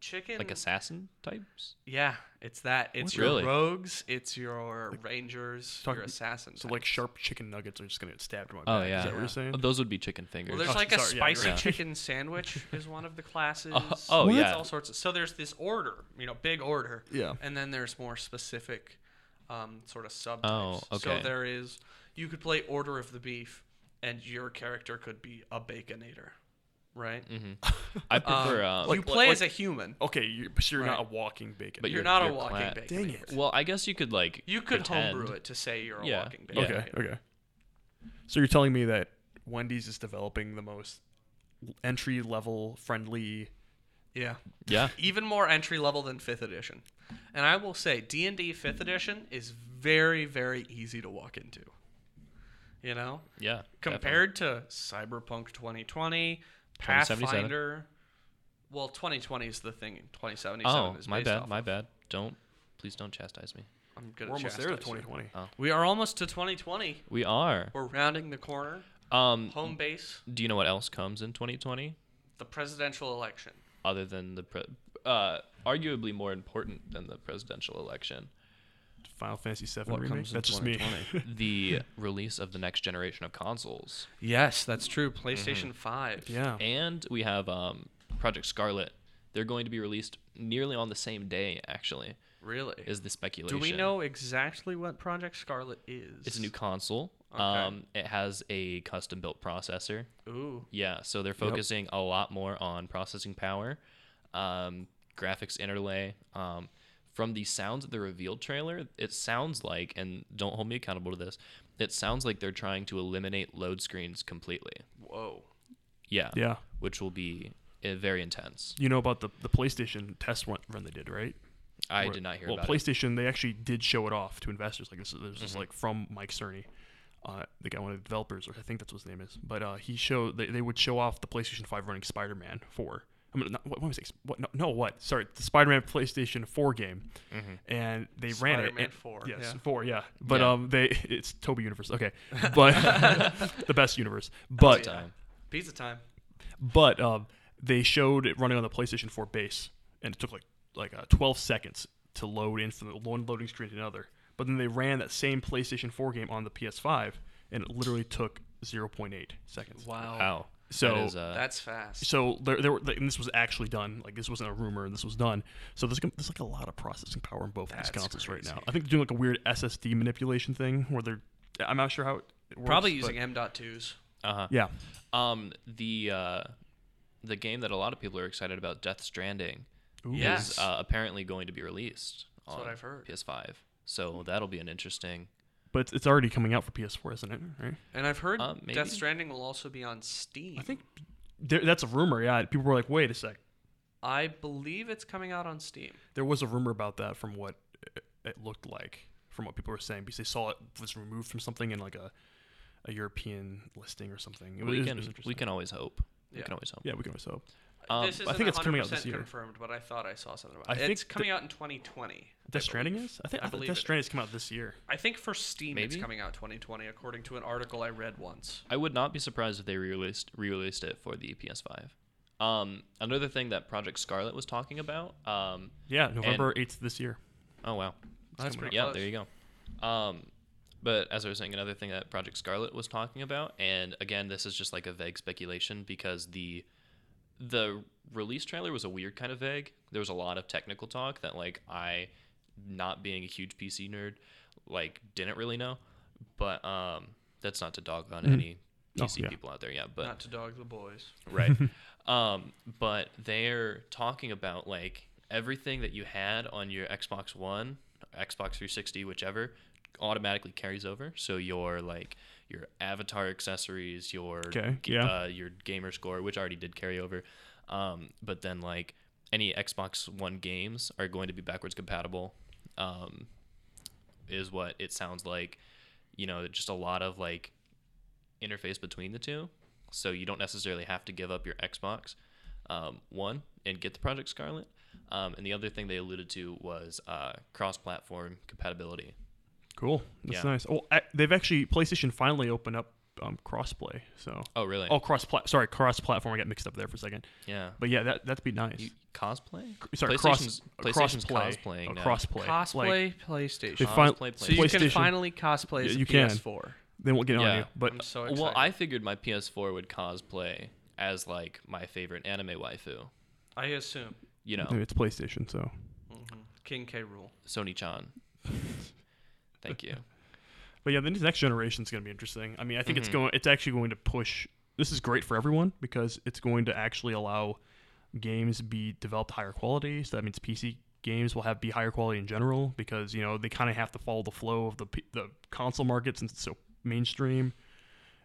[SPEAKER 2] chicken,
[SPEAKER 4] Like assassin types?
[SPEAKER 2] yeah, it's that. It's
[SPEAKER 4] What?
[SPEAKER 2] your
[SPEAKER 4] Really?
[SPEAKER 2] rogues, it's your rangers,
[SPEAKER 3] Talk-
[SPEAKER 2] your assassins.
[SPEAKER 3] So like sharp chicken nuggets are just gonna get stabbed in my
[SPEAKER 4] Oh
[SPEAKER 3] back.
[SPEAKER 4] yeah.
[SPEAKER 3] Is that what
[SPEAKER 2] Yeah.
[SPEAKER 3] you're saying?
[SPEAKER 4] Oh, those would be chicken fingers.
[SPEAKER 2] Well, there's
[SPEAKER 3] Oh,
[SPEAKER 2] like a
[SPEAKER 3] sorry, yeah, you're
[SPEAKER 2] spicy
[SPEAKER 4] right.
[SPEAKER 2] chicken sandwich is one of the classes.
[SPEAKER 4] Oh, [laughs] oh,
[SPEAKER 3] What?
[SPEAKER 2] There's
[SPEAKER 4] yeah.
[SPEAKER 2] all sorts of. So there's this order, you know, big order.
[SPEAKER 3] Yeah.
[SPEAKER 2] And then there's more specific, um, sort of subtypes.
[SPEAKER 4] Oh,
[SPEAKER 2] So
[SPEAKER 4] okay.
[SPEAKER 2] there is, you could play Order of the Beef, and your character could be a baconator, right?
[SPEAKER 4] Mm-hmm. I prefer. Um,
[SPEAKER 2] you
[SPEAKER 3] like-
[SPEAKER 2] play
[SPEAKER 3] like-
[SPEAKER 2] as a human.
[SPEAKER 3] okay, you, but you're not
[SPEAKER 2] Right.
[SPEAKER 3] a walking bacon.
[SPEAKER 4] But
[SPEAKER 2] you're,
[SPEAKER 4] you're-
[SPEAKER 2] not a
[SPEAKER 4] you're
[SPEAKER 2] walking
[SPEAKER 4] cla-
[SPEAKER 2] baconator.
[SPEAKER 3] Dang it.
[SPEAKER 4] well, I guess you could like.
[SPEAKER 2] You could
[SPEAKER 4] pretend.
[SPEAKER 2] homebrew it to say you're a
[SPEAKER 4] Yeah,
[SPEAKER 2] walking
[SPEAKER 4] yeah.
[SPEAKER 2] baconator.
[SPEAKER 3] okay. Okay. So you're telling me that Wendy's is developing the most entry level friendly.
[SPEAKER 2] Yeah.
[SPEAKER 4] Yeah.
[SPEAKER 2] even more entry level than 5th edition. And I will say D&D 5th edition is very very easy to walk into. You know,
[SPEAKER 4] Yeah.
[SPEAKER 2] compared to Cyberpunk 2020,
[SPEAKER 4] 2077.
[SPEAKER 2] Pathfinder, well 2020 is the thing. 2077
[SPEAKER 4] definitely.
[SPEAKER 2] is
[SPEAKER 4] Oh, my
[SPEAKER 2] based
[SPEAKER 4] bad.
[SPEAKER 2] off
[SPEAKER 4] My
[SPEAKER 2] of.
[SPEAKER 4] bad. Don't. Please don't chastise me.
[SPEAKER 2] I'm going
[SPEAKER 3] We're almost there to 2020.
[SPEAKER 2] We are almost to 2020.
[SPEAKER 4] We are.
[SPEAKER 2] We're rounding the corner.
[SPEAKER 4] Um.
[SPEAKER 2] Home base,
[SPEAKER 4] Do you know what else comes in 2020
[SPEAKER 2] the presidential election.
[SPEAKER 4] other than the pre- uh, arguably more important than the presidential election,
[SPEAKER 3] Final Fantasy VII
[SPEAKER 2] What
[SPEAKER 3] remake.
[SPEAKER 2] comes in
[SPEAKER 3] That's just me.
[SPEAKER 2] 2020?
[SPEAKER 4] the release of the next generation of consoles,
[SPEAKER 2] Yes, that's true. Mm-hmm. PlayStation 5.
[SPEAKER 3] [laughs] yeah.
[SPEAKER 4] and we have um, Project Scarlet. They're going to be released nearly on the same day. Actually,
[SPEAKER 2] Really?
[SPEAKER 4] is the speculation.
[SPEAKER 2] Do we know exactly what Project Scarlet is?
[SPEAKER 4] It's a new console.
[SPEAKER 2] Okay.
[SPEAKER 4] Um, it has a custom built processor.
[SPEAKER 2] Ooh.
[SPEAKER 4] Yeah, so they're focusing a lot more on processing power, um, graphics interlay. Um, from the sounds of the reveal trailer, it sounds like, and don't hold me accountable to this, it sounds like they're trying to eliminate load screens completely.
[SPEAKER 2] Whoa.
[SPEAKER 4] Yeah,
[SPEAKER 3] Yeah.
[SPEAKER 4] which will be uh, very intense.
[SPEAKER 3] You know about the, the PlayStation test one- run they did, right?
[SPEAKER 4] I
[SPEAKER 3] Where-
[SPEAKER 4] did not hear
[SPEAKER 3] well,
[SPEAKER 4] about it. Mm-hmm.
[SPEAKER 3] PlayStation, they actually did show it off to investors. Like this, is- this is like from Mike Cerny, uh, the guy, one of the developers, or I think that's what his name is. But uh, he showed they, they would show off the PlayStation Five running Spider Man Four. I mean, not, what, what was it? What? No, no, what? Sorry, the Spider Man PlayStation Four game, and they ran it.
[SPEAKER 2] Spider-Man
[SPEAKER 3] and-
[SPEAKER 2] 4,
[SPEAKER 3] Yes,
[SPEAKER 2] yeah.
[SPEAKER 3] four. Yeah, but
[SPEAKER 4] Mm-hmm. Yeah.
[SPEAKER 3] um, they [laughs] it's Toby Universe. Okay,
[SPEAKER 4] [laughs]
[SPEAKER 3] but [laughs] the best universe. But
[SPEAKER 4] Time.
[SPEAKER 2] Pizza time.
[SPEAKER 3] but um, they showed it running on the PlayStation 4 base, and it took like like uh, 12 seconds to load in from the one loading screen to another. But then they ran that same PlayStation 4 game on the PS5, and it literally took 0.8 seconds.
[SPEAKER 2] Wow.
[SPEAKER 4] Wow.
[SPEAKER 3] So-
[SPEAKER 4] that is, uh,
[SPEAKER 2] That's fast.
[SPEAKER 3] So there, there were, and this was actually done. Like this wasn't a rumor, and this was done. So there's, gonna- there's like a lot of processing power in both
[SPEAKER 2] That's
[SPEAKER 3] of these consoles right
[SPEAKER 2] crazy.
[SPEAKER 3] now. I think they're doing like a weird SSD manipulation thing where they're, I'm not sure how it works.
[SPEAKER 2] Probably
[SPEAKER 3] but-
[SPEAKER 2] using M dot twos.
[SPEAKER 4] uh-huh.
[SPEAKER 3] Yeah.
[SPEAKER 4] Um, the uh, the game that a lot of people are excited about, Death Stranding,
[SPEAKER 3] Ooh.
[SPEAKER 2] Yes.
[SPEAKER 4] is uh, apparently going to be released
[SPEAKER 2] That's
[SPEAKER 4] on
[SPEAKER 2] what I've heard.
[SPEAKER 4] PS5. So that'll be an interesting.
[SPEAKER 3] But it's, it's already coming out for PS4, isn't it? Right.
[SPEAKER 2] And I've heard
[SPEAKER 4] Uh, maybe.
[SPEAKER 2] Death Stranding will also be on Steam.
[SPEAKER 3] I think there, that's a rumor. Yeah, people were like, "Wait a sec."
[SPEAKER 2] I believe it's coming out on Steam.
[SPEAKER 3] There was a rumor about that from what it- it looked like, from what people were saying, because they saw it was removed from something in like a a European listing or something. It was, it
[SPEAKER 4] We
[SPEAKER 3] was
[SPEAKER 4] can
[SPEAKER 3] interesting.
[SPEAKER 4] we can always hope.
[SPEAKER 2] Yeah.
[SPEAKER 4] We can always hope.
[SPEAKER 3] yeah, we can always hope.
[SPEAKER 4] Um,
[SPEAKER 2] this
[SPEAKER 3] I
[SPEAKER 2] isn't
[SPEAKER 3] think it's coming out
[SPEAKER 2] 100%
[SPEAKER 3] this year.
[SPEAKER 2] confirmed, but I thought I saw something about
[SPEAKER 3] I
[SPEAKER 2] it.
[SPEAKER 3] think
[SPEAKER 2] It's coming out in 2020. I
[SPEAKER 3] Death Stranding
[SPEAKER 2] believe.
[SPEAKER 3] is. I think
[SPEAKER 2] I
[SPEAKER 3] I thought
[SPEAKER 2] believe
[SPEAKER 3] Death
[SPEAKER 2] it
[SPEAKER 3] Stranding's come out this year.
[SPEAKER 2] I think for Steam it's
[SPEAKER 4] Maybe?
[SPEAKER 2] coming out 2020, according to an article I read once.
[SPEAKER 4] I would not be surprised if they re-released re-released it for the PS5. Um, another thing that Project Scarlet was talking about. Um,
[SPEAKER 3] Yeah, November eighth this year.
[SPEAKER 4] oh wow,
[SPEAKER 2] That's
[SPEAKER 3] coming
[SPEAKER 2] pretty
[SPEAKER 4] yeah,
[SPEAKER 2] close.
[SPEAKER 4] there you go. Um, but as I was saying, another thing that Project Scarlet was talking about, and again, this is just like a vague speculation because the the release trailer was a weird kind of vague. There was a lot of technical talk that like I not being a huge PC nerd, like didn't really know. But um, that's not to dog on
[SPEAKER 2] Mm-hmm.
[SPEAKER 4] any
[SPEAKER 3] Oh,
[SPEAKER 4] PC
[SPEAKER 3] yeah.
[SPEAKER 4] people out there. Yeah, but
[SPEAKER 2] Not to dog the boys.
[SPEAKER 3] [laughs]
[SPEAKER 4] right um but they're talking about like everything that you had on your xbox one xbox 360 whichever automatically carries over so your like your avatar accessories your
[SPEAKER 3] Okay, yeah.
[SPEAKER 4] uh, your gamer score which already did carry over um but then like any xbox one games are going to be backwards compatible um is what it sounds like you know just a lot of like interface between the two. So you don't necessarily have to give up your Xbox um, One and get the Project Scarlet. Um, and the other thing they alluded to was uh, cross-platform compatibility.
[SPEAKER 3] Cool. That's
[SPEAKER 4] Yeah.
[SPEAKER 3] nice. Oh, I, they've actually PlayStation finally opened up um, crossplay. So
[SPEAKER 4] Oh, really?
[SPEAKER 3] oh, cross plat. Sorry, cross platform. I got mixed up there for a second.
[SPEAKER 4] yeah.
[SPEAKER 3] But yeah, that that'd be nice.
[SPEAKER 4] You, cosplay?
[SPEAKER 3] sorry,
[SPEAKER 4] PlayStation's,
[SPEAKER 3] cross
[SPEAKER 4] PlayStation's
[SPEAKER 3] crossplay.
[SPEAKER 4] cosplaying
[SPEAKER 3] Oh,
[SPEAKER 4] now.
[SPEAKER 3] crossplay. Like,
[SPEAKER 2] Cosplay
[SPEAKER 3] they,
[SPEAKER 2] PlayStation.
[SPEAKER 4] Cosplay
[SPEAKER 3] fin-
[SPEAKER 4] PlayStation.
[SPEAKER 2] so you can
[SPEAKER 3] PlayStation-
[SPEAKER 2] finally cosplay as
[SPEAKER 3] Yeah,
[SPEAKER 2] a
[SPEAKER 3] you can.
[SPEAKER 2] PS4.
[SPEAKER 3] They won't get on
[SPEAKER 4] Yeah.
[SPEAKER 3] you. But
[SPEAKER 2] I'm so excited.
[SPEAKER 4] well, I figured my PS4 would cosplay as like my favorite anime waifu.
[SPEAKER 2] I assume
[SPEAKER 4] You know,
[SPEAKER 3] it's PlayStation, so
[SPEAKER 2] King K rule.
[SPEAKER 4] Sony Chan.
[SPEAKER 3] [laughs]
[SPEAKER 4] Thank you.
[SPEAKER 3] But yeah, the next generation is going to be interesting. I mean, I think
[SPEAKER 4] Mm-hmm.
[SPEAKER 3] it's going. It's actually going to push. This is great for everyone because it's going to actually allow games be developed higher quality. So that means PC games will have be higher quality in general because you know they kind of have to follow the flow of the P- the console market since it's so mainstream,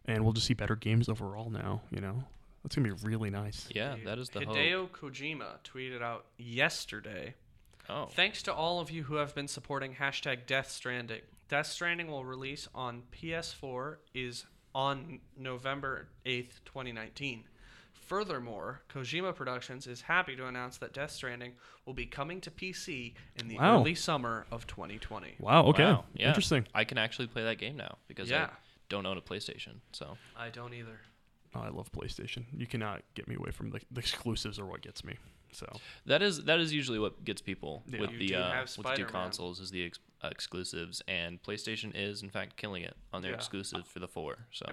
[SPEAKER 3] and we'll just see better games overall now. You know, that's gonna be really nice.
[SPEAKER 4] Yeah, that is the hope.
[SPEAKER 2] Hideo Kojima tweeted out yesterday
[SPEAKER 4] Oh,
[SPEAKER 2] Thanks to all of you who have been supporting hashtag Death Stranding. Death Stranding will release on PS4 is on November 8th, 2019. Furthermore, Kojima Productions is happy to announce that Death Stranding will be coming to PC in the
[SPEAKER 3] Wow.
[SPEAKER 2] early summer of 2020.
[SPEAKER 3] Wow. Okay.
[SPEAKER 4] Wow, yeah.
[SPEAKER 3] Interesting.
[SPEAKER 4] I can actually play that game now because I
[SPEAKER 2] Yeah.
[SPEAKER 4] don't own a PlayStation. So
[SPEAKER 2] I don't either.
[SPEAKER 3] Oh, I love PlayStation. You cannot get me away from the, the exclusives are what gets me. So
[SPEAKER 4] that is that is usually what gets people
[SPEAKER 3] Yeah.
[SPEAKER 4] with
[SPEAKER 2] You
[SPEAKER 4] the
[SPEAKER 2] do
[SPEAKER 4] uh,
[SPEAKER 2] have
[SPEAKER 4] with the two
[SPEAKER 2] Spider-Man.
[SPEAKER 4] consoles is the ex- uh, exclusives, and PlayStation is in fact killing it on their
[SPEAKER 2] Yeah.
[SPEAKER 4] exclusives for the four. So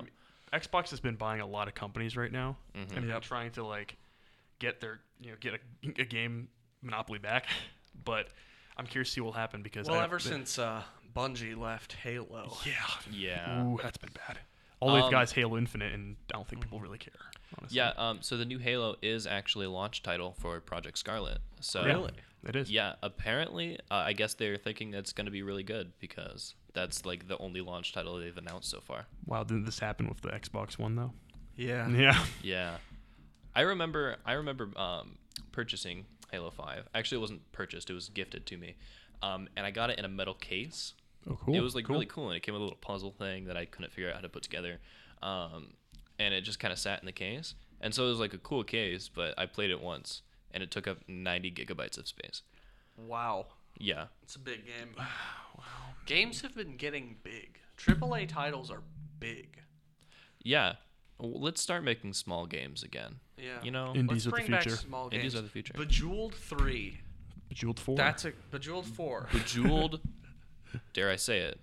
[SPEAKER 3] Xbox has been buying a lot of companies right now, and they're
[SPEAKER 2] Yep.
[SPEAKER 3] trying to like get their you know get a, a game monopoly back. [laughs] But I'm curious to see what will happen because
[SPEAKER 2] Well,
[SPEAKER 3] I-
[SPEAKER 2] ever
[SPEAKER 3] they-
[SPEAKER 2] since uh, Bungie left Halo,
[SPEAKER 3] yeah,
[SPEAKER 4] yeah,
[SPEAKER 3] ooh, that's been bad. All they've
[SPEAKER 4] Um,
[SPEAKER 3] got is Halo Infinite, and I don't think people
[SPEAKER 2] Mm-hmm.
[SPEAKER 3] really care. Honestly.
[SPEAKER 4] yeah. Um, so the new Halo is actually a launch title for Project Scarlet. So
[SPEAKER 3] Yeah, it is.
[SPEAKER 4] Yeah, apparently, uh, I guess they're thinking that's going to be really good because that's like the only launch title they've announced so far.
[SPEAKER 3] Wow, didn't this happen with the Xbox One though? [laughs]
[SPEAKER 2] yeah,
[SPEAKER 3] Yeah,
[SPEAKER 4] Yeah, I remember. I remember um, purchasing Halo Five. Actually, it wasn't purchased; it was gifted to me, um, and I got it in a metal case.
[SPEAKER 3] oh cool.
[SPEAKER 4] It was like really cool, and it came with a little puzzle thing that I couldn't figure out how to put together, um, and it just kind of sat in the case. And so it was like a cool case, but I played it once, and it took up 90 gigabytes of space.
[SPEAKER 2] wow,
[SPEAKER 4] Yeah,
[SPEAKER 2] it's a big game.
[SPEAKER 3] [sighs]
[SPEAKER 2] Games have been getting big. AAA titles are big.
[SPEAKER 4] yeah. Well, let's start making small games again.
[SPEAKER 2] Yeah.
[SPEAKER 4] You know,
[SPEAKER 3] In-
[SPEAKER 2] Let's
[SPEAKER 3] Indies of the
[SPEAKER 2] bring back
[SPEAKER 3] future.
[SPEAKER 2] small games.
[SPEAKER 4] Indies of the future.
[SPEAKER 2] Bejeweled three.
[SPEAKER 3] Bejeweled Four.
[SPEAKER 2] That's a Bejeweled
[SPEAKER 3] [laughs]
[SPEAKER 2] four.
[SPEAKER 4] Bejeweled. dare I say it?